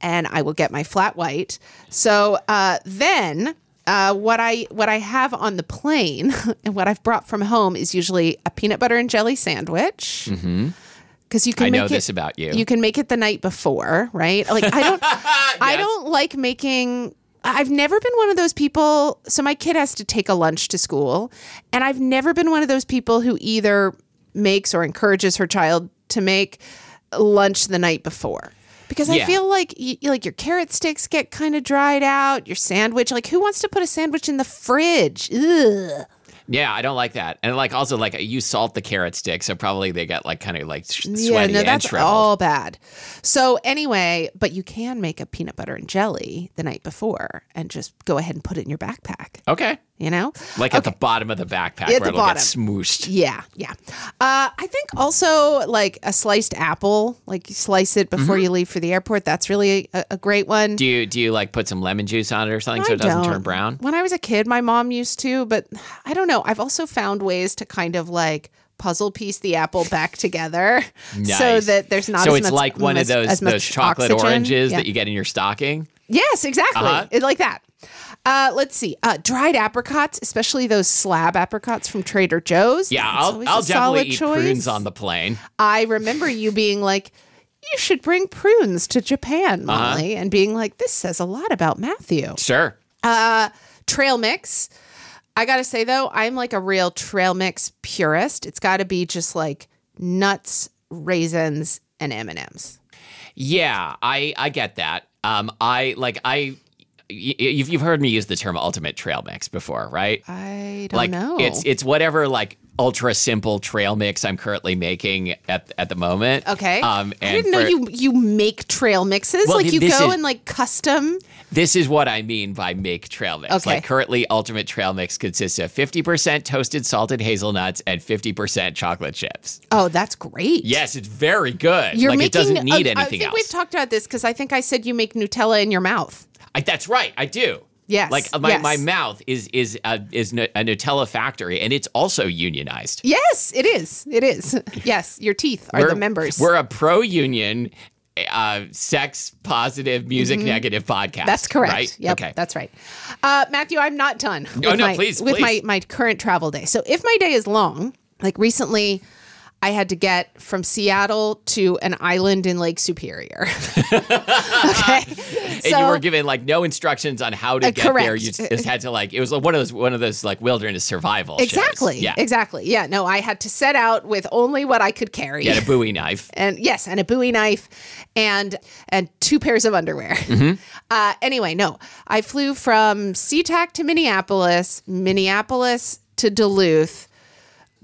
Speaker 2: And I will get my flat white. So uh, then. Uh, what I what I have on the plane and what I've brought from home is usually a peanut butter and jelly sandwich because you can
Speaker 1: Mm-hmm. I
Speaker 2: make
Speaker 1: know
Speaker 2: it,
Speaker 1: this about you.
Speaker 2: You can make it the night before, right? Like I don't, I
Speaker 1: Yes.
Speaker 2: don't like making. I've never been one of those people. So my kid has to take a lunch to school, and I've never been one of those people who either makes or encourages her child to make lunch the night before. Because I
Speaker 1: Yeah.
Speaker 2: feel like y like your carrot sticks get kind of dried out, your sandwich. Like who wants to put a sandwich in the fridge? Ugh.
Speaker 1: Yeah, I don't like that. And like also like you salt the carrot stick, so probably they got like kind of like sh- sweaty
Speaker 2: yeah, no,
Speaker 1: and
Speaker 2: that's
Speaker 1: shriveled.
Speaker 2: all bad. So anyway, but you can make a peanut butter and jelly the night before and just go ahead and put it in your backpack.
Speaker 1: Okay.
Speaker 2: You know,
Speaker 1: Like at the bottom of the backpack
Speaker 2: At
Speaker 1: where
Speaker 2: the
Speaker 1: it'll
Speaker 2: bottom.
Speaker 1: get smooshed.
Speaker 2: yeah, yeah. Uh, I think also like a sliced apple, like you slice it before you leave for the airport. That's really a, a great one.
Speaker 1: Mm-hmm. Do you do you like put some lemon juice on it or something so
Speaker 2: I
Speaker 1: it doesn't turn
Speaker 2: don't.
Speaker 1: brown?
Speaker 2: When I was a kid, my mom used to, but I don't know. I've also found ways to kind of like puzzle piece the apple back together so
Speaker 1: Nice.
Speaker 2: that there's not
Speaker 1: so
Speaker 2: as
Speaker 1: it's
Speaker 2: much,
Speaker 1: like one
Speaker 2: as-
Speaker 1: of those
Speaker 2: as much
Speaker 1: those chocolate
Speaker 2: oxygen.
Speaker 1: oranges
Speaker 2: Yeah.
Speaker 1: that you get in your stocking.
Speaker 2: Yes, exactly.
Speaker 1: Uh-huh.
Speaker 2: It, like that. Uh, let's see. Uh, dried apricots, especially those slab apricots from Trader Joe's.
Speaker 1: Yeah,
Speaker 2: That's always
Speaker 1: I'll
Speaker 2: a
Speaker 1: I'll
Speaker 2: solid
Speaker 1: definitely eat prunes on the plane.
Speaker 2: I remember you being like, you should bring prunes to Japan,
Speaker 1: Uh-huh.
Speaker 2: Molly, and being like, this says a lot about Matthew.
Speaker 1: Sure.
Speaker 2: Trail mix. I gotta say though, I'm like a real trail mix purist. It's got to be just like nuts, raisins, and M and M's.
Speaker 1: Yeah, I I get that. Um, I like I y- you've you've heard me use the term ultimate trail mix before, right?
Speaker 2: I don't
Speaker 1: like
Speaker 2: know.
Speaker 1: it's it's whatever like ultra simple trail mix I'm currently making at at the moment.
Speaker 2: okay.
Speaker 1: Um,
Speaker 2: I
Speaker 1: and
Speaker 2: didn't know
Speaker 1: for-
Speaker 2: you you make trail mixes.
Speaker 1: Well,
Speaker 2: like you
Speaker 1: this
Speaker 2: go
Speaker 1: is-
Speaker 2: and like custom.
Speaker 1: This is what I mean by make trail mix.
Speaker 2: Okay.
Speaker 1: Like currently, Ultimate Trail Mix consists of 50% toasted salted hazelnuts and 50% chocolate chips.
Speaker 2: Oh, that's great.
Speaker 1: Yes, it's very good.
Speaker 2: You're
Speaker 1: like
Speaker 2: making.
Speaker 1: it doesn't need
Speaker 2: oh, I
Speaker 1: anything
Speaker 2: think we've
Speaker 1: else.
Speaker 2: talked about this because I think I said you make Nutella in your mouth.
Speaker 1: I, that's right. I do.
Speaker 2: Yes,
Speaker 1: Like uh, my,
Speaker 2: yes.
Speaker 1: my mouth is is a, is nu- a Nutella factory, and it's also unionized.
Speaker 2: Yes, it is. It is. Yes, your teeth are the members.
Speaker 1: We're a pro union, uh, sex positive, music negative podcast.
Speaker 2: Mm-hmm. That's correct.
Speaker 1: Right?
Speaker 2: Yep,
Speaker 1: okay.
Speaker 2: That's right. Uh, Matthew, I'm not done.
Speaker 1: No,
Speaker 2: with
Speaker 1: no,
Speaker 2: my,
Speaker 1: please,
Speaker 2: With
Speaker 1: please.
Speaker 2: My, my current travel day. So if my day is long, like recently, I had to get from Seattle to an island in Lake Superior. okay.
Speaker 1: and you were given like no instructions on how to
Speaker 2: Uh,
Speaker 1: get there. You
Speaker 2: correct.
Speaker 1: just had to like it was like, one of those one of those like wilderness survival. shows.
Speaker 2: exactly.
Speaker 1: Yeah.
Speaker 2: Exactly. Yeah. No, I had to set out with only what I could carry.
Speaker 1: You had a Bowie knife.
Speaker 2: and yes, and a Bowie knife, and and two pairs of underwear.
Speaker 1: Mm-hmm.
Speaker 2: Uh, anyway, no, I flew from SeaTac to Minneapolis, Minneapolis to Duluth,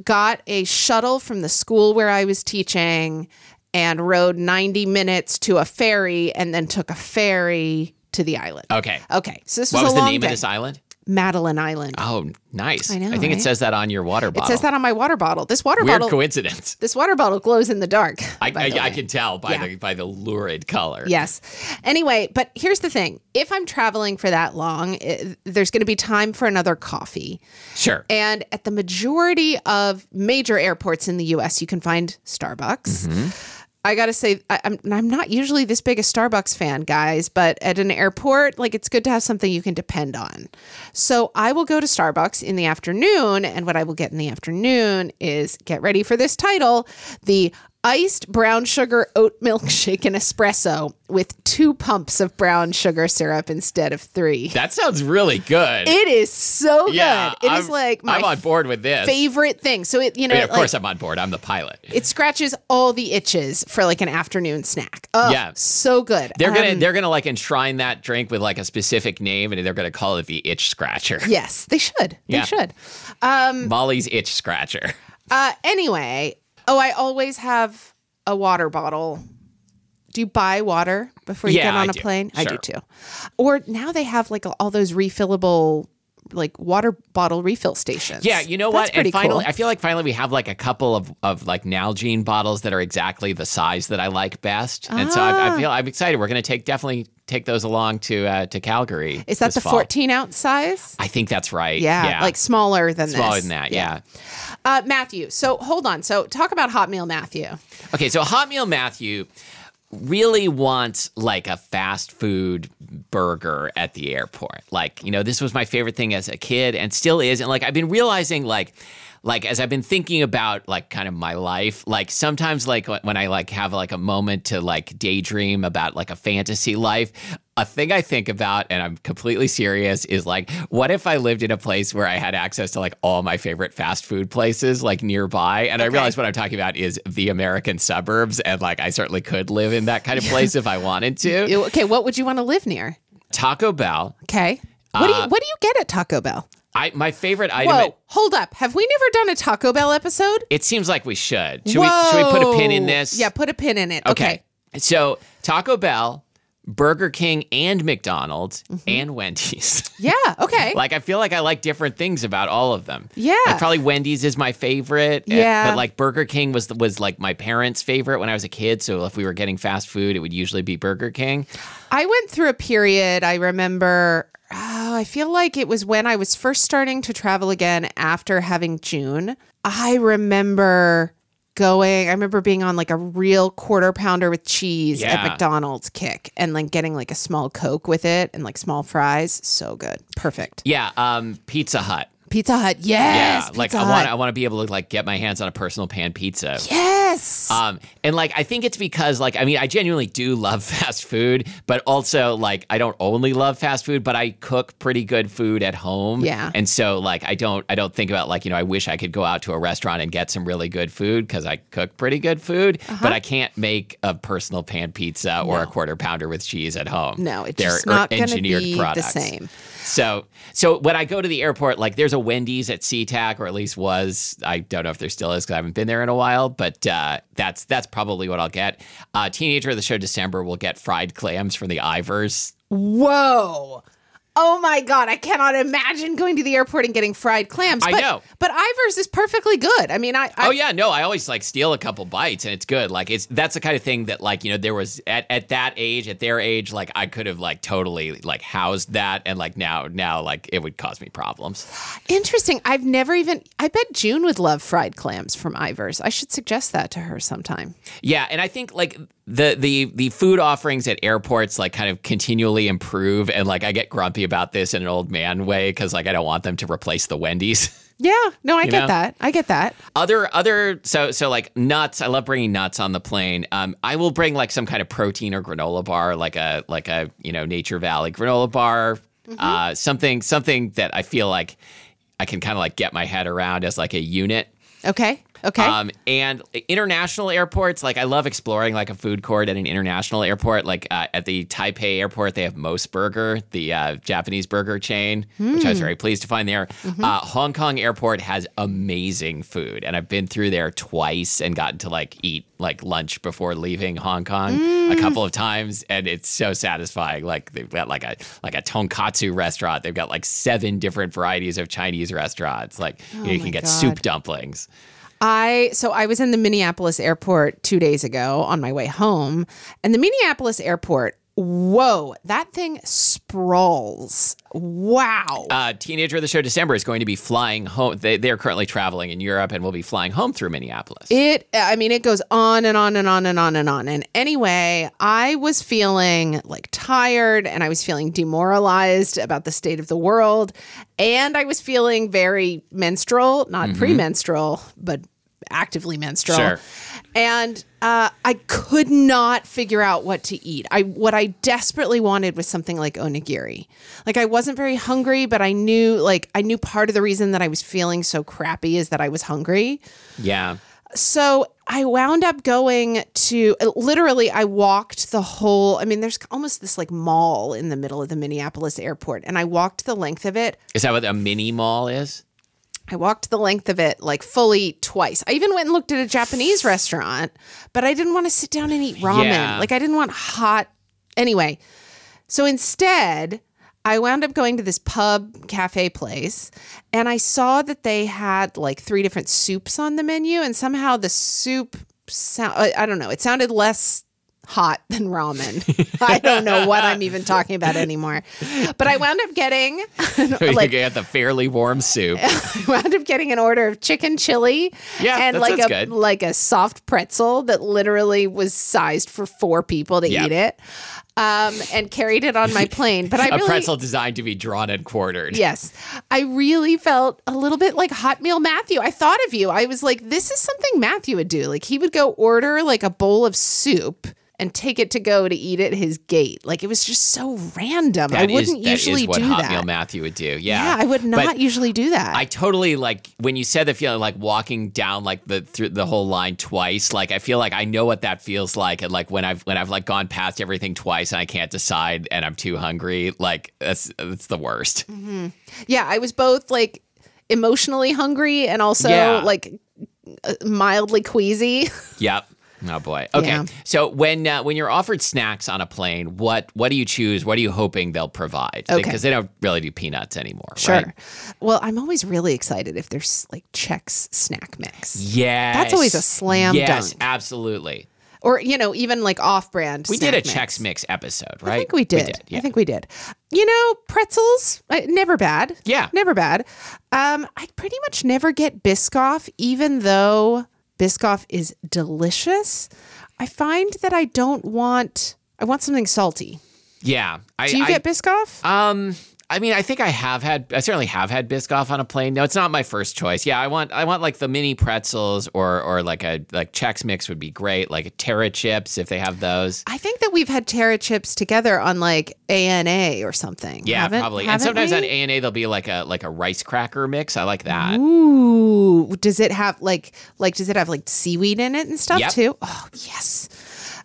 Speaker 2: got a shuttle from the school where I was teaching, and rode ninety minutes to a ferry, and then took a ferry to the island.
Speaker 1: Okay.
Speaker 2: Okay, so Oh, this
Speaker 1: Oh. what
Speaker 2: was
Speaker 1: was
Speaker 2: a
Speaker 1: the
Speaker 2: long
Speaker 1: name
Speaker 2: day.
Speaker 1: of this island?
Speaker 2: Madeline Island.
Speaker 1: Oh, nice. I
Speaker 2: know,
Speaker 1: think
Speaker 2: right?
Speaker 1: it says that on your water
Speaker 2: it
Speaker 1: bottle.
Speaker 2: says that on my water bottle. This water
Speaker 1: Oh. Weird
Speaker 2: bottle.
Speaker 1: coincidence.
Speaker 2: this water bottle glows in the dark.
Speaker 1: I,
Speaker 2: by
Speaker 1: I,
Speaker 2: the
Speaker 1: I
Speaker 2: way.
Speaker 1: can tell by
Speaker 2: Yeah.
Speaker 1: the by the lurid color.
Speaker 2: Yes. Anyway, but here's the thing if I'm traveling for that long, i there's going to be time for another coffee.
Speaker 1: Sure.
Speaker 2: And at the majority of major airports in the US, you can find Starbucks.
Speaker 1: Mm-hmm.
Speaker 2: I got to say, I, I'm, I'm not usually this big a Starbucks fan, guys, but at an airport, like it's good to have something you can depend on. So I will go to Starbucks in the afternoon. And what I will get in the afternoon is get ready for this title the iced brown sugar oat milkshake and espresso with two pumps of brown sugar syrup instead of three.
Speaker 1: that sounds really good.
Speaker 2: It is so
Speaker 1: yeah.
Speaker 2: good. It is
Speaker 1: I'm,
Speaker 2: like my
Speaker 1: I'm on board with this.
Speaker 2: favorite thing. So it, you know,
Speaker 1: I mean, Oh, of
Speaker 2: like,
Speaker 1: course, I'm on board. I'm the pilot.
Speaker 2: it scratches all the itches for like an afternoon snack. Oh,
Speaker 1: Yeah.
Speaker 2: so good.
Speaker 1: They're gonna
Speaker 2: Um,
Speaker 1: they're gonna like enshrine that drink with like a specific name, and they're gonna call it the itch scratcher.
Speaker 2: yes, they should. They
Speaker 1: Yeah.
Speaker 2: should.
Speaker 1: Molly's itch scratcher.
Speaker 2: Uh, anyway, oh, I always have a water bottle. Do you buy water before you
Speaker 1: Yeah,
Speaker 2: get on
Speaker 1: I
Speaker 2: a
Speaker 1: do.
Speaker 2: plane? I do
Speaker 1: Sure.
Speaker 2: too. Or now they have like all those refillable, like water bottle refill stations.
Speaker 1: Yeah, you know
Speaker 2: That's
Speaker 1: what?
Speaker 2: Pretty
Speaker 1: And finally,
Speaker 2: cool.
Speaker 1: I feel like finally we have like a couple of, of like Nalgene bottles that are exactly the size that I like best, and so
Speaker 2: Ah.
Speaker 1: I, I feel I'm excited. We're gonna take definitely take those along to uh, to Calgary.
Speaker 2: Is that
Speaker 1: this
Speaker 2: the
Speaker 1: fall.
Speaker 2: 14 ounce size?
Speaker 1: I think that's right.
Speaker 2: Yeah, like smaller than
Speaker 1: smaller
Speaker 2: this.
Speaker 1: than that. Yeah.
Speaker 2: Uh, Matthew. So hold on. So talk about hot meal, Matthew.
Speaker 1: Okay, so Hot Meal Matthew really wants like a fast food burger at the airport. Like, you know, this was my favorite thing as a kid and still is. And like I've been realizing like like as I've been thinking about like kind of my life, like sometimes like wh- when I like have like a moment to like daydream about like a fantasy life, a thing I think about and I'm completely serious is like what if I lived in a place where I had access to like all my favorite fast food places like nearby and I realized what I'm talking about is the American suburbs and like I certainly could live in that kind of place if I wanted to.
Speaker 2: You- Okay, what would you want to live near?
Speaker 1: Taco Bell.
Speaker 2: Okay. What
Speaker 1: Uh,
Speaker 2: do you what do you get at Taco Bell?
Speaker 1: I my favorite item
Speaker 2: Whoa,
Speaker 1: at-
Speaker 2: hold up. Have we never done a Taco Bell episode?
Speaker 1: it seems like we should. Should we should we put a pin in
Speaker 2: Whoa.
Speaker 1: this?
Speaker 2: Yeah, put a pin in it. Okay.
Speaker 1: So Taco Bell, Burger King, and McDonald's
Speaker 2: Mm-hmm.
Speaker 1: and Wendy's.
Speaker 2: Yeah, okay.
Speaker 1: like I feel like I like different things about all of them.
Speaker 2: Yeah.
Speaker 1: Like, probably Wendy's is my favorite. and-
Speaker 2: Yeah.
Speaker 1: but like Burger King was was like my parents' favorite when I was a kid. So if we were getting fast food, it would usually be Burger King.
Speaker 2: I went through a period, I remember oh, I feel like it was when I was first starting to travel again after having June. I remember going I remember being on like a real quarter pounder with cheese at
Speaker 1: Yeah.
Speaker 2: McDonald's kick and like getting like a small coke with it and like small fries. So good. Perfect.
Speaker 1: Yeah. Um, Pizza Hut.
Speaker 2: Pizza Hut. Yes.
Speaker 1: yeah, like
Speaker 2: Pizza
Speaker 1: I want I
Speaker 2: Hut.
Speaker 1: want to be able to like get my hands on a personal pan pizza.
Speaker 2: Yes.
Speaker 1: Um, and like I think it's because like I mean I genuinely do love fast food, but also like I don't only love fast food, but I cook pretty good food at home.
Speaker 2: Yeah.
Speaker 1: And so like I don't I don't think about like you know I wish I could go out to a restaurant and get some really good food because I cook pretty good food,
Speaker 2: Uh-huh.
Speaker 1: but I can't make a personal pan pizza or a quarter pounder with cheese at home.
Speaker 2: no, it's
Speaker 1: They're
Speaker 2: just not
Speaker 1: er-
Speaker 2: going to
Speaker 1: engineered
Speaker 2: be
Speaker 1: products.
Speaker 2: the same.
Speaker 1: So, so when I go to the airport, like there's a Wendy's at SeaTac, or at least was. I don't know if there still is because I haven't been there in a while. But uh, that's that's probably what I'll get. Uh, Teenager of the show December will get fried clams from the Ivors.
Speaker 2: Whoa. Oh my God. I cannot imagine going to the airport and getting fried clams.
Speaker 1: I
Speaker 2: but,
Speaker 1: know.
Speaker 2: But Ivers is perfectly good. I mean, I, I
Speaker 1: oh yeah, no, I always like steal a couple bites and it's good. Like it's that's the kind of thing that like, you know, there was at, at that age, at their age, like I could have like totally like housed that and like now now like it would cause me problems.
Speaker 2: Interesting. I've never even. I bet June would love fried clams from Ivers. I should suggest that to her sometime.
Speaker 1: Yeah, and I think like the the the food offerings at airports like kind of continually improve, and like I get grumpy about this in an old man way because like I don't want them to replace the Wendy's.
Speaker 2: Yeah. No, I get
Speaker 1: know?
Speaker 2: that. I get that.
Speaker 1: other other so so like nuts. I love bringing nuts on the plane. Um, I will bring like some kind of protein or granola bar, like a like a you know Nature Valley granola bar, uh, something something that I feel like I can kind of like get my head around as like a unit.
Speaker 2: Okay. Okay.
Speaker 1: Um, and international airports, like I love exploring like a food court at an international airport. Like uh, at the Taipei airport, they have Mos Burger, the uh, Japanese burger chain, which I was very pleased to find there. Uh, Hong Kong airport has amazing food, and I've been through there twice and gotten to like eat like lunch before leaving Hong Kong a couple of times, and it's so satisfying. Like they've got like a like a tonkatsu restaurant. They've got like seven different varieties of Chinese restaurants. Like you, know, you can get soup dumplings.
Speaker 2: I so I was in the Minneapolis airport two days ago on my way home, and the Minneapolis airport. Whoa, that thing sprawls. Wow.
Speaker 1: uh, teenager of the show December is going to be flying home. They, they're currently traveling in Europe and will be flying home through Minneapolis.
Speaker 2: It, I mean, it goes on and on and on and on and on. And anyway, I was feeling like tired and I was feeling demoralized about the state of the world. And I was feeling very menstrual, not premenstrual, but actively menstrual.
Speaker 1: Sure.
Speaker 2: And uh, I could not figure out what to eat. I what I desperately wanted was something like onigiri. Like I wasn't very hungry, but I knew like I knew part of the reason that I was feeling so crappy is that I was hungry.
Speaker 1: yeah.
Speaker 2: So I wound up going to literally, I walked the whole. I mean, there's almost this like mall in the middle of the Minneapolis airport, and I walked the length of it.
Speaker 1: Is that what a mini mall is?
Speaker 2: I walked the length of it like fully twice. I even went and looked at a Japanese restaurant, but I didn't want to sit down and eat ramen.
Speaker 1: Yeah.
Speaker 2: Like, I didn't want hot. Anyway, so instead, I wound up going to this pub cafe place and I saw that they had like three different soups on the menu. And somehow the soup sound, I I don't know, it sounded less hot than ramen. I don't know what I'm even talking about anymore. But I wound up getting
Speaker 1: Like,
Speaker 2: like
Speaker 1: you get the fairly warm soup.
Speaker 2: I wound up getting an order of chicken chili
Speaker 1: Yeah,
Speaker 2: and
Speaker 1: that
Speaker 2: like a
Speaker 1: sounds good.
Speaker 2: like a soft pretzel that literally was sized for four people to
Speaker 1: Yeah.
Speaker 2: eat it. Um, and carried it on my plane. But I
Speaker 1: a
Speaker 2: really
Speaker 1: pretzel designed to be drawn and quartered.
Speaker 2: Yes. I really felt a little bit like Hot Meal Matthew. I thought of you. I was like, this is something Matthew would do. Like he would go order like a bowl of soup and take it to go to eat at his gate. Like it was just so random.
Speaker 1: That
Speaker 2: I
Speaker 1: is-
Speaker 2: wouldn't
Speaker 1: that is
Speaker 2: usually
Speaker 1: what
Speaker 2: do
Speaker 1: Hot
Speaker 2: that.
Speaker 1: Meal Matthew would do. Yeah.
Speaker 2: yeah, I would not
Speaker 1: But
Speaker 2: usually do that.
Speaker 1: I totally like when you said the feeling like walking down like the through the whole line twice. Like I feel like I know what that feels like, and like when I've when I've like gone past everything twice and I can't decide and I'm too hungry. Like that's that's the worst.
Speaker 2: Yeah, I was both like emotionally hungry and also
Speaker 1: Yeah.
Speaker 2: like uh, mildly queasy.
Speaker 1: Yep. Oh boy. Okay.
Speaker 2: Yeah.
Speaker 1: So when uh, when you're offered snacks on a plane, what what do you choose? What are you hoping they'll provide?
Speaker 2: Okay.
Speaker 1: Because they don't really do peanuts anymore. Right?
Speaker 2: Well, I'm always really excited if there's like Chex snack mix
Speaker 1: Yes.
Speaker 2: That's always a slam
Speaker 1: Yes,
Speaker 2: dunk.
Speaker 1: absolutely.
Speaker 2: or, you know, even like off brand.
Speaker 1: We did a Chex mix episode, right?
Speaker 2: I think we did.
Speaker 1: yeah.
Speaker 2: I think we did. You know, pretzels, uh, never bad.
Speaker 1: Yeah.
Speaker 2: Never bad. Um, I pretty much never get Biscoff, even though Biscoff is delicious. I find that I don't want, I want something salty.
Speaker 1: yeah. I,
Speaker 2: Do you
Speaker 1: I-
Speaker 2: get Biscoff?
Speaker 1: um I mean, I think I have had, I certainly have had Biscoff on a plane. No, it's not my first choice. Yeah, I want, I want like the mini pretzels or, or like a like Chex Mix would be great. Like a Terra chips if they have those.
Speaker 2: I think that we've had Terra chips together on like ANA or something.
Speaker 1: Yeah,
Speaker 2: Haven't-
Speaker 1: probably. and
Speaker 2: haven't
Speaker 1: sometimes
Speaker 2: we?
Speaker 1: on A and A there'll be like a like a rice cracker mix. I like that.
Speaker 2: Ooh, does it have like like does it have like seaweed in it and stuff
Speaker 1: Yep.
Speaker 2: too? Oh, yes.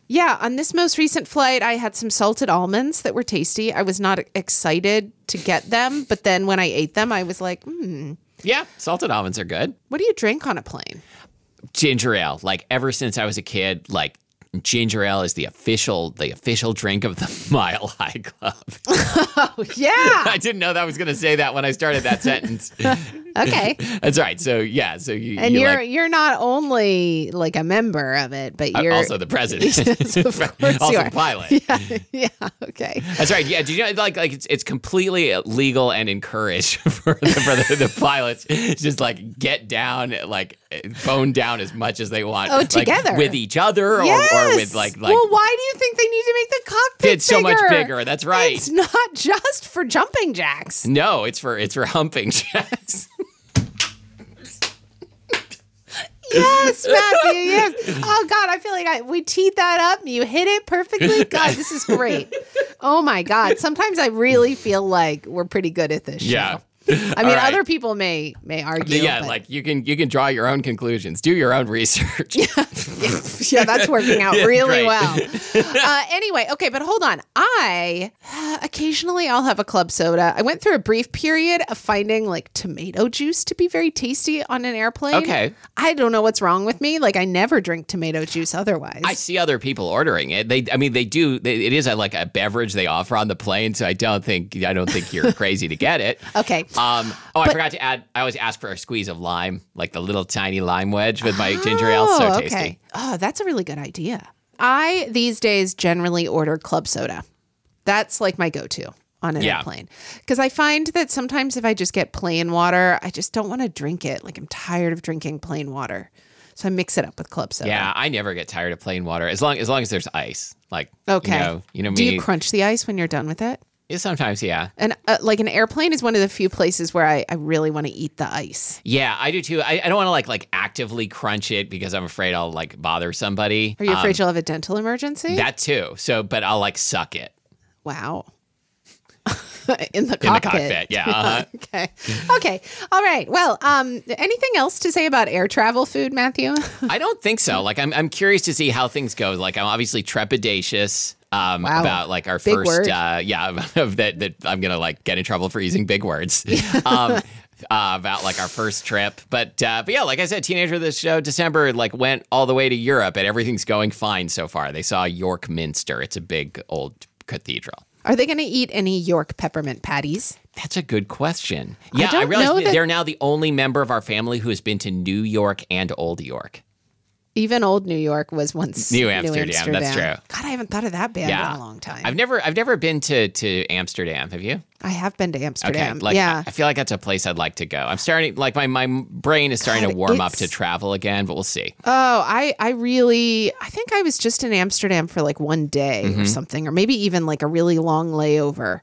Speaker 2: Yeah, on this most recent flight, I had some salted almonds that were tasty. I was not e-, excited to get them, but then when I ate them, I was like, hmm,
Speaker 1: Yeah, salted almonds are good.
Speaker 2: what do you drink on a plane?
Speaker 1: ginger ale. Like ever since I was a kid, like ginger ale is the official the official drink of the Mile High Club.
Speaker 2: Yeah.
Speaker 1: I didn't know that I was going to say that when I started that sentence.
Speaker 2: Okay.
Speaker 1: That's right. So yeah, so you
Speaker 2: And
Speaker 1: you
Speaker 2: you are
Speaker 1: like-
Speaker 2: you're not only like a member of it, but
Speaker 1: uh,
Speaker 2: you're
Speaker 1: also the president,
Speaker 2: of course
Speaker 1: also
Speaker 2: you
Speaker 1: the
Speaker 2: are.
Speaker 1: pilot.
Speaker 2: yeah, okay.
Speaker 1: That's right. Yeah, do you know like like it's it's completely legal and encouraged for the, for the, the pilots to just like get down like bone down as much as they want.
Speaker 2: Oh,
Speaker 1: like,
Speaker 2: together.
Speaker 1: with each other or, or with like like
Speaker 2: Well, why do you think they need to make the cockpit
Speaker 1: It's so much bigger. That's right.
Speaker 2: It's not just for jumping jacks.
Speaker 1: No, it's for it's for humping jacks.
Speaker 2: Yes, Matthew. Yes. Oh God, I feel like I, we teed that up. You hit it perfectly. God, this is great. Oh my God. Sometimes I really feel like we're pretty good at this. show.
Speaker 1: Yeah.
Speaker 2: I mean,
Speaker 1: All right.
Speaker 2: other people may may argue.
Speaker 1: yeah,
Speaker 2: but-
Speaker 1: like you can you can draw your own conclusions, do your own research.
Speaker 2: yeah, that's working out really
Speaker 1: great.
Speaker 2: well. Uh, anyway, okay, but hold on. I uh, occasionally I'll have a club soda. I went through a brief period of finding like tomato juice to be very tasty on an airplane.
Speaker 1: Okay.
Speaker 2: I don't know what's wrong with me. Like I never drink tomato juice otherwise.
Speaker 1: I see other people ordering it. They, I mean, they do. They, it is a, like a beverage they offer on the plane, so I don't think I don't think you're crazy to get it.
Speaker 2: okay.
Speaker 1: Um, oh, I forgot to add. I always ask for a squeeze of lime, like the little tiny lime wedge with my ginger ale. So
Speaker 2: Oh,
Speaker 1: tasty.
Speaker 2: Okay. Oh, that's a really good idea. I these days generally order club soda. That's like my go-to on an
Speaker 1: Yeah.
Speaker 2: airplane because I find that sometimes if I just get plain water, I just don't want to drink it. Like I'm tired of drinking plain water, so I mix it up with club soda.
Speaker 1: Yeah, I never get tired of plain water as long as long as there's ice. Like
Speaker 2: Okay.
Speaker 1: you know, you know
Speaker 2: Do
Speaker 1: me.
Speaker 2: you crunch the ice when you're done with it?
Speaker 1: sometimes, yeah.
Speaker 2: And uh, like an airplane is one of the few places where I, I really want to eat the ice.
Speaker 1: Yeah, I do too. I, I don't want to like like actively crunch it because I'm afraid I'll like bother somebody. Uh,
Speaker 2: Are you afraid you'll have a dental emergency?
Speaker 1: Um, That too. So, but I'll like suck it
Speaker 2: wow. In the cockpit.
Speaker 1: in the cockpit. Yeah. uh-huh.
Speaker 2: okay. Okay. All right. Well, um, anything else to say about air travel food, Matthew?
Speaker 1: I don't think so. Like, I'm I'm curious to see how things go. Like, I'm obviously trepidatious. Um,
Speaker 2: Wow.
Speaker 1: about like our
Speaker 2: Big
Speaker 1: first
Speaker 2: word.
Speaker 1: uh yeah of that that I'm gonna like get in trouble for using big words um uh, about like our first trip but uh but yeah like I said teenager of the show December like went all the way to Europe and everything's going fine so far they saw York Minster it's a big old cathedral
Speaker 2: Are they going to eat any York peppermint patties?
Speaker 1: That's a good question. Yeah, I,
Speaker 2: don't
Speaker 1: realize
Speaker 2: know that-
Speaker 1: they're now the only member of our family who has been to New York and Old York.
Speaker 2: Even old New York was once
Speaker 1: New Amsterdam, that's true.
Speaker 2: God, I haven't thought of that band
Speaker 1: yeah,
Speaker 2: in a long time.
Speaker 1: I've
Speaker 2: I've,
Speaker 1: never, I've never been to to Amsterdam. Have you?
Speaker 2: been to Amsterdam.
Speaker 1: like
Speaker 2: yeah.
Speaker 1: I, I feel like that's a place I'd like to go. I'm starting, like my my brain is starting to
Speaker 2: God,
Speaker 1: warm up
Speaker 2: it's-
Speaker 1: to travel again, but we'll see.
Speaker 2: Oh, I, I really, I think I was just in Amsterdam for like one day
Speaker 1: Mm-hmm.
Speaker 2: or something, or maybe even like a really long layover.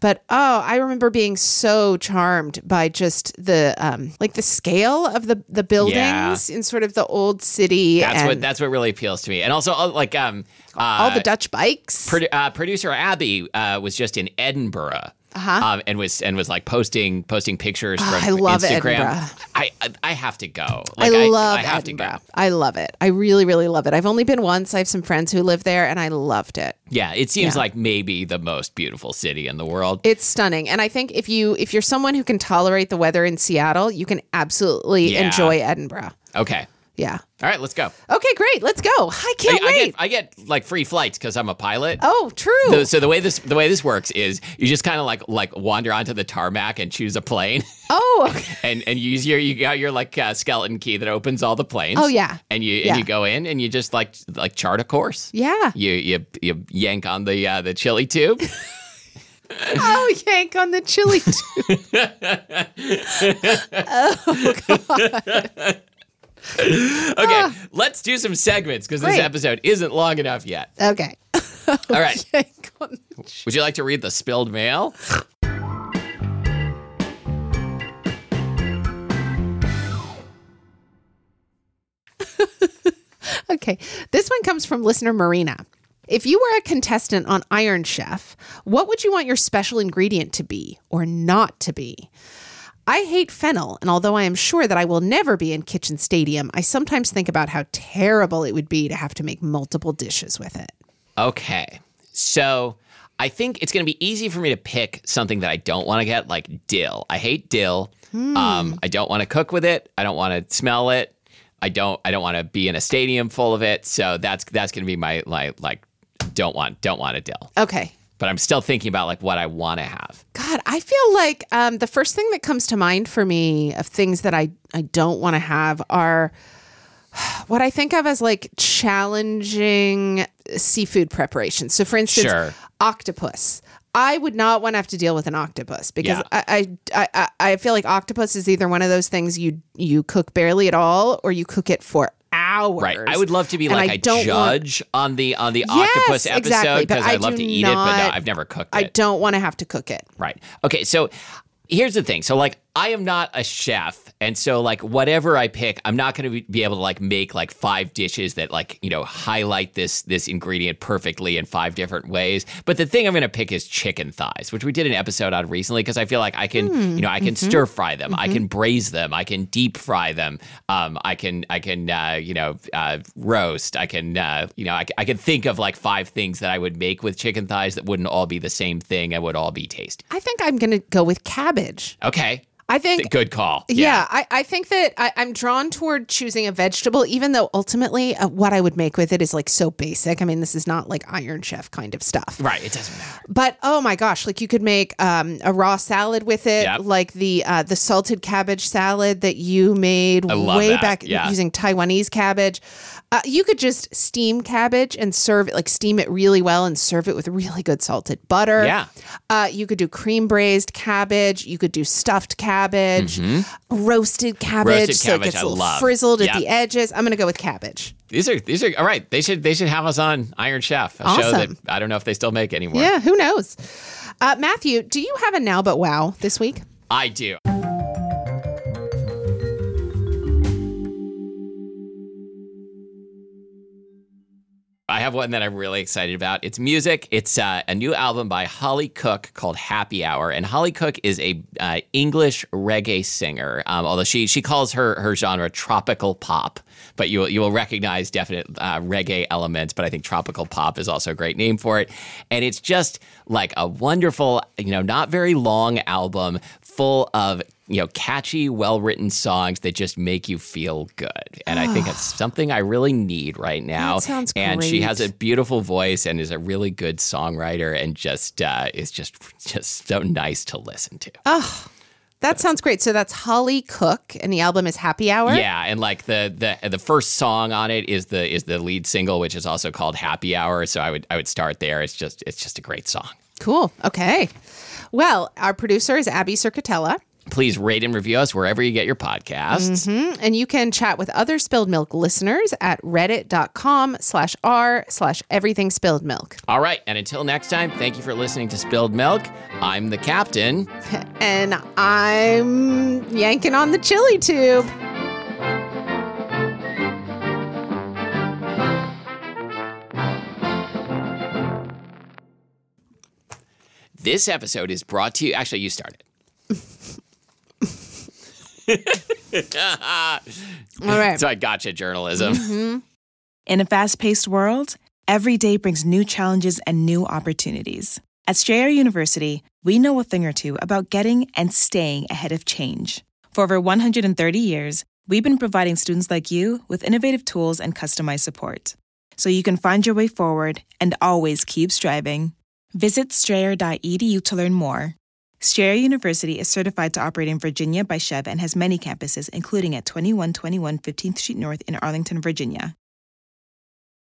Speaker 2: But oh, I remember being so charmed by just the um, like the scale of the the buildings in sort of the old city
Speaker 1: That's
Speaker 2: and
Speaker 1: what that's what really appeals to me. And also, uh, like um, uh,
Speaker 2: all the Dutch bikes.
Speaker 1: produ- uh, producer Abby uh, was just in Edinburgh. Um, and was and was like posting posting pictures from
Speaker 2: Uh-huh. Ah, I love
Speaker 1: Instagram.
Speaker 2: Edinburgh.
Speaker 1: I, I I have to go.
Speaker 2: I
Speaker 1: Like,
Speaker 2: love
Speaker 1: I have
Speaker 2: Edinburgh.
Speaker 1: to go.
Speaker 2: I love it. I really, really love it. I've only been once. I have some friends who live there, and I loved it.
Speaker 1: Yeah, it seems like maybe the most beautiful city in the world.
Speaker 2: It's stunning, and I think if you if you're someone who can tolerate the weather in Seattle, you can absolutely
Speaker 1: Yeah.
Speaker 2: enjoy Edinburgh.
Speaker 1: Okay.
Speaker 2: Yeah.
Speaker 1: All right, let's go.
Speaker 2: Okay, great. Let's go. I
Speaker 1: I,
Speaker 2: can't Oh,
Speaker 1: I
Speaker 2: wait.
Speaker 1: get I get like free flights because I'm a pilot.
Speaker 2: oh, true.
Speaker 1: So, so the way this the way this works is you just kind of like like wander onto the tarmac and choose a plane
Speaker 2: oh, okay.
Speaker 1: and and you use your you got your like uh, skeleton key that opens all the planes.
Speaker 2: Oh, yeah.
Speaker 1: And you and
Speaker 2: Yeah.
Speaker 1: you go in and you just like like chart a course.
Speaker 2: yeah.
Speaker 1: You you you yank on the uh, the chili tube.
Speaker 2: Oh, yank on the chili tube.
Speaker 1: Okay, let's do some segments because this
Speaker 2: Ah. Great. Oh,
Speaker 1: episode isn't long enough yet.
Speaker 2: Okay.
Speaker 1: All right.
Speaker 2: Yank on the-
Speaker 1: Would you like to read the spilled mail?
Speaker 2: Okay. This one comes from listener Marina. If you were a contestant on Iron Chef, what would you want your special ingredient to be or not to be? I hate fennel, and although I am sure that I will never be in Kitchen Stadium, I sometimes think about how terrible it would be to have to make multiple dishes with it.
Speaker 1: Okay. So I think it's going to be easy for me to pick something that I don't want to get, like dill. I hate dill.
Speaker 2: Hmm.
Speaker 1: Um, I don't want to cook with it. I don't want to smell it. I don't. I don't want to be in a stadium full of it. So that's that's going to be my like like don't want don't want a dill.
Speaker 2: Okay.
Speaker 1: But I'm still thinking about like what I want to have.
Speaker 2: God, I feel like um, the first thing that comes to mind for me of things that I, I don't want to have are what I think of as like challenging seafood preparation. So, for instance,
Speaker 1: Sure.
Speaker 2: octopus. I would not want to have to deal with an octopus because
Speaker 1: Yeah.
Speaker 2: I, I, I I feel like octopus is either one of those things you you cook barely at all or you cook it for hours.
Speaker 1: Right. I would love to be
Speaker 2: And
Speaker 1: like
Speaker 2: I
Speaker 1: a
Speaker 2: don't want-
Speaker 1: judge on the on the
Speaker 2: Yes,
Speaker 1: octopus episode
Speaker 2: exactly, but
Speaker 1: because
Speaker 2: I
Speaker 1: I'd love
Speaker 2: do
Speaker 1: to eat it, but no,
Speaker 2: not-
Speaker 1: I've never cooked
Speaker 2: I
Speaker 1: it.
Speaker 2: don't want to have to cook it.
Speaker 1: Right. Okay. So here's the thing. So like I am not a chef, and so like whatever I pick, I'm not going to be able to like make like five dishes that like you know highlight this this ingredient perfectly in five different ways. But the thing I'm going to pick is chicken thighs, which we did an episode on recently because I feel like I can you know I can stir fry them, I can braise them, I can deep fry them, um, I can I can uh, you know uh, roast, I can uh, you know I, c- I can think of like five things that I would make with chicken thighs that wouldn't all be the same thing and would all be tasty.
Speaker 2: I think I'm going to go with cabbage.
Speaker 1: Okay.
Speaker 2: I think
Speaker 1: Th- Good call.
Speaker 2: Yeah, I, I think that I, I'm drawn toward choosing a vegetable, even though ultimately uh, what I would make with it is like so basic. I mean, this is not like Iron Chef kind of stuff.
Speaker 1: Right. It doesn't matter.
Speaker 2: But oh my gosh, like you could make um, a raw salad with it,
Speaker 1: Yep.
Speaker 2: like the uh, the salted cabbage salad that you made
Speaker 1: love
Speaker 2: way
Speaker 1: that,
Speaker 2: back
Speaker 1: yeah.
Speaker 2: using Taiwanese cabbage. Uh, you could just steam cabbage and serve it, like steam it really well and serve it with really good salted butter.
Speaker 1: Yeah.
Speaker 2: Uh, you could do cream braised cabbage. You could do stuffed cabbage, roasted cabbage.
Speaker 1: Mm-hmm. Roasted
Speaker 2: so it
Speaker 1: cabbage,
Speaker 2: gets
Speaker 1: I
Speaker 2: a little
Speaker 1: love.
Speaker 2: frizzled
Speaker 1: Yep.
Speaker 2: at the edges. I'm going to go with cabbage.
Speaker 1: These are these are all right. They should they should have us on Iron Chef, a show that
Speaker 2: Awesome.
Speaker 1: I don't know if they still make anymore.
Speaker 2: Yeah, who knows? Uh, Matthew, do you have a now but wow this week?
Speaker 1: I do. I have one that I'm really excited about. It's music. It's uh, a new album by Holly Cook called Happy Hour, and Holly Cook is a uh, English reggae singer. Um, although she she calls her her genre tropical pop, but you will you will recognize definite uh, reggae elements. But I think tropical pop is also a great name for it, and it's just like a wonderful, you know, not very long album full of you know catchy well-written songs that just make you feel good and i think it's something i really need right now
Speaker 2: That sounds
Speaker 1: and she has
Speaker 2: great.
Speaker 1: a beautiful voice and is a really good songwriter and just uh, is just just so nice to listen to.
Speaker 2: Oh, That sounds great. So that's Holly Cook, and the album is Happy Hour.
Speaker 1: Yeah, and like the the the first song on it is the is the lead single, which is also called Happy Hour. So I would I would start there. It's just it's just a great song.
Speaker 2: Cool. Okay. Well, our producer is Abby Circatella,
Speaker 1: Please rate and review us wherever you get your podcasts.
Speaker 2: Mm, and you can chat with other Spilled Milk listeners at reddit.com slash r slash everything spilled milk.
Speaker 1: All right, and until next time, thank you for listening to Spilled Milk. I'm the captain.
Speaker 2: And I'm yanking on the chili tube.
Speaker 1: This episode is brought to you. Actually, you started.
Speaker 2: All right.
Speaker 1: So I gotcha journalism.
Speaker 3: In a fast paced world, every day brings new challenges and new opportunities. At Strayer University, we know a thing or two about getting and staying ahead of change. For over 130 years, we've been providing students like you with innovative tools and customized support. So you can find your way forward and always keep striving. Visit strayer.edu to learn more. Strayer University is certified to operate in Virginia by Chev and has many campuses, including at 2121 15th Street North in Arlington, Virginia.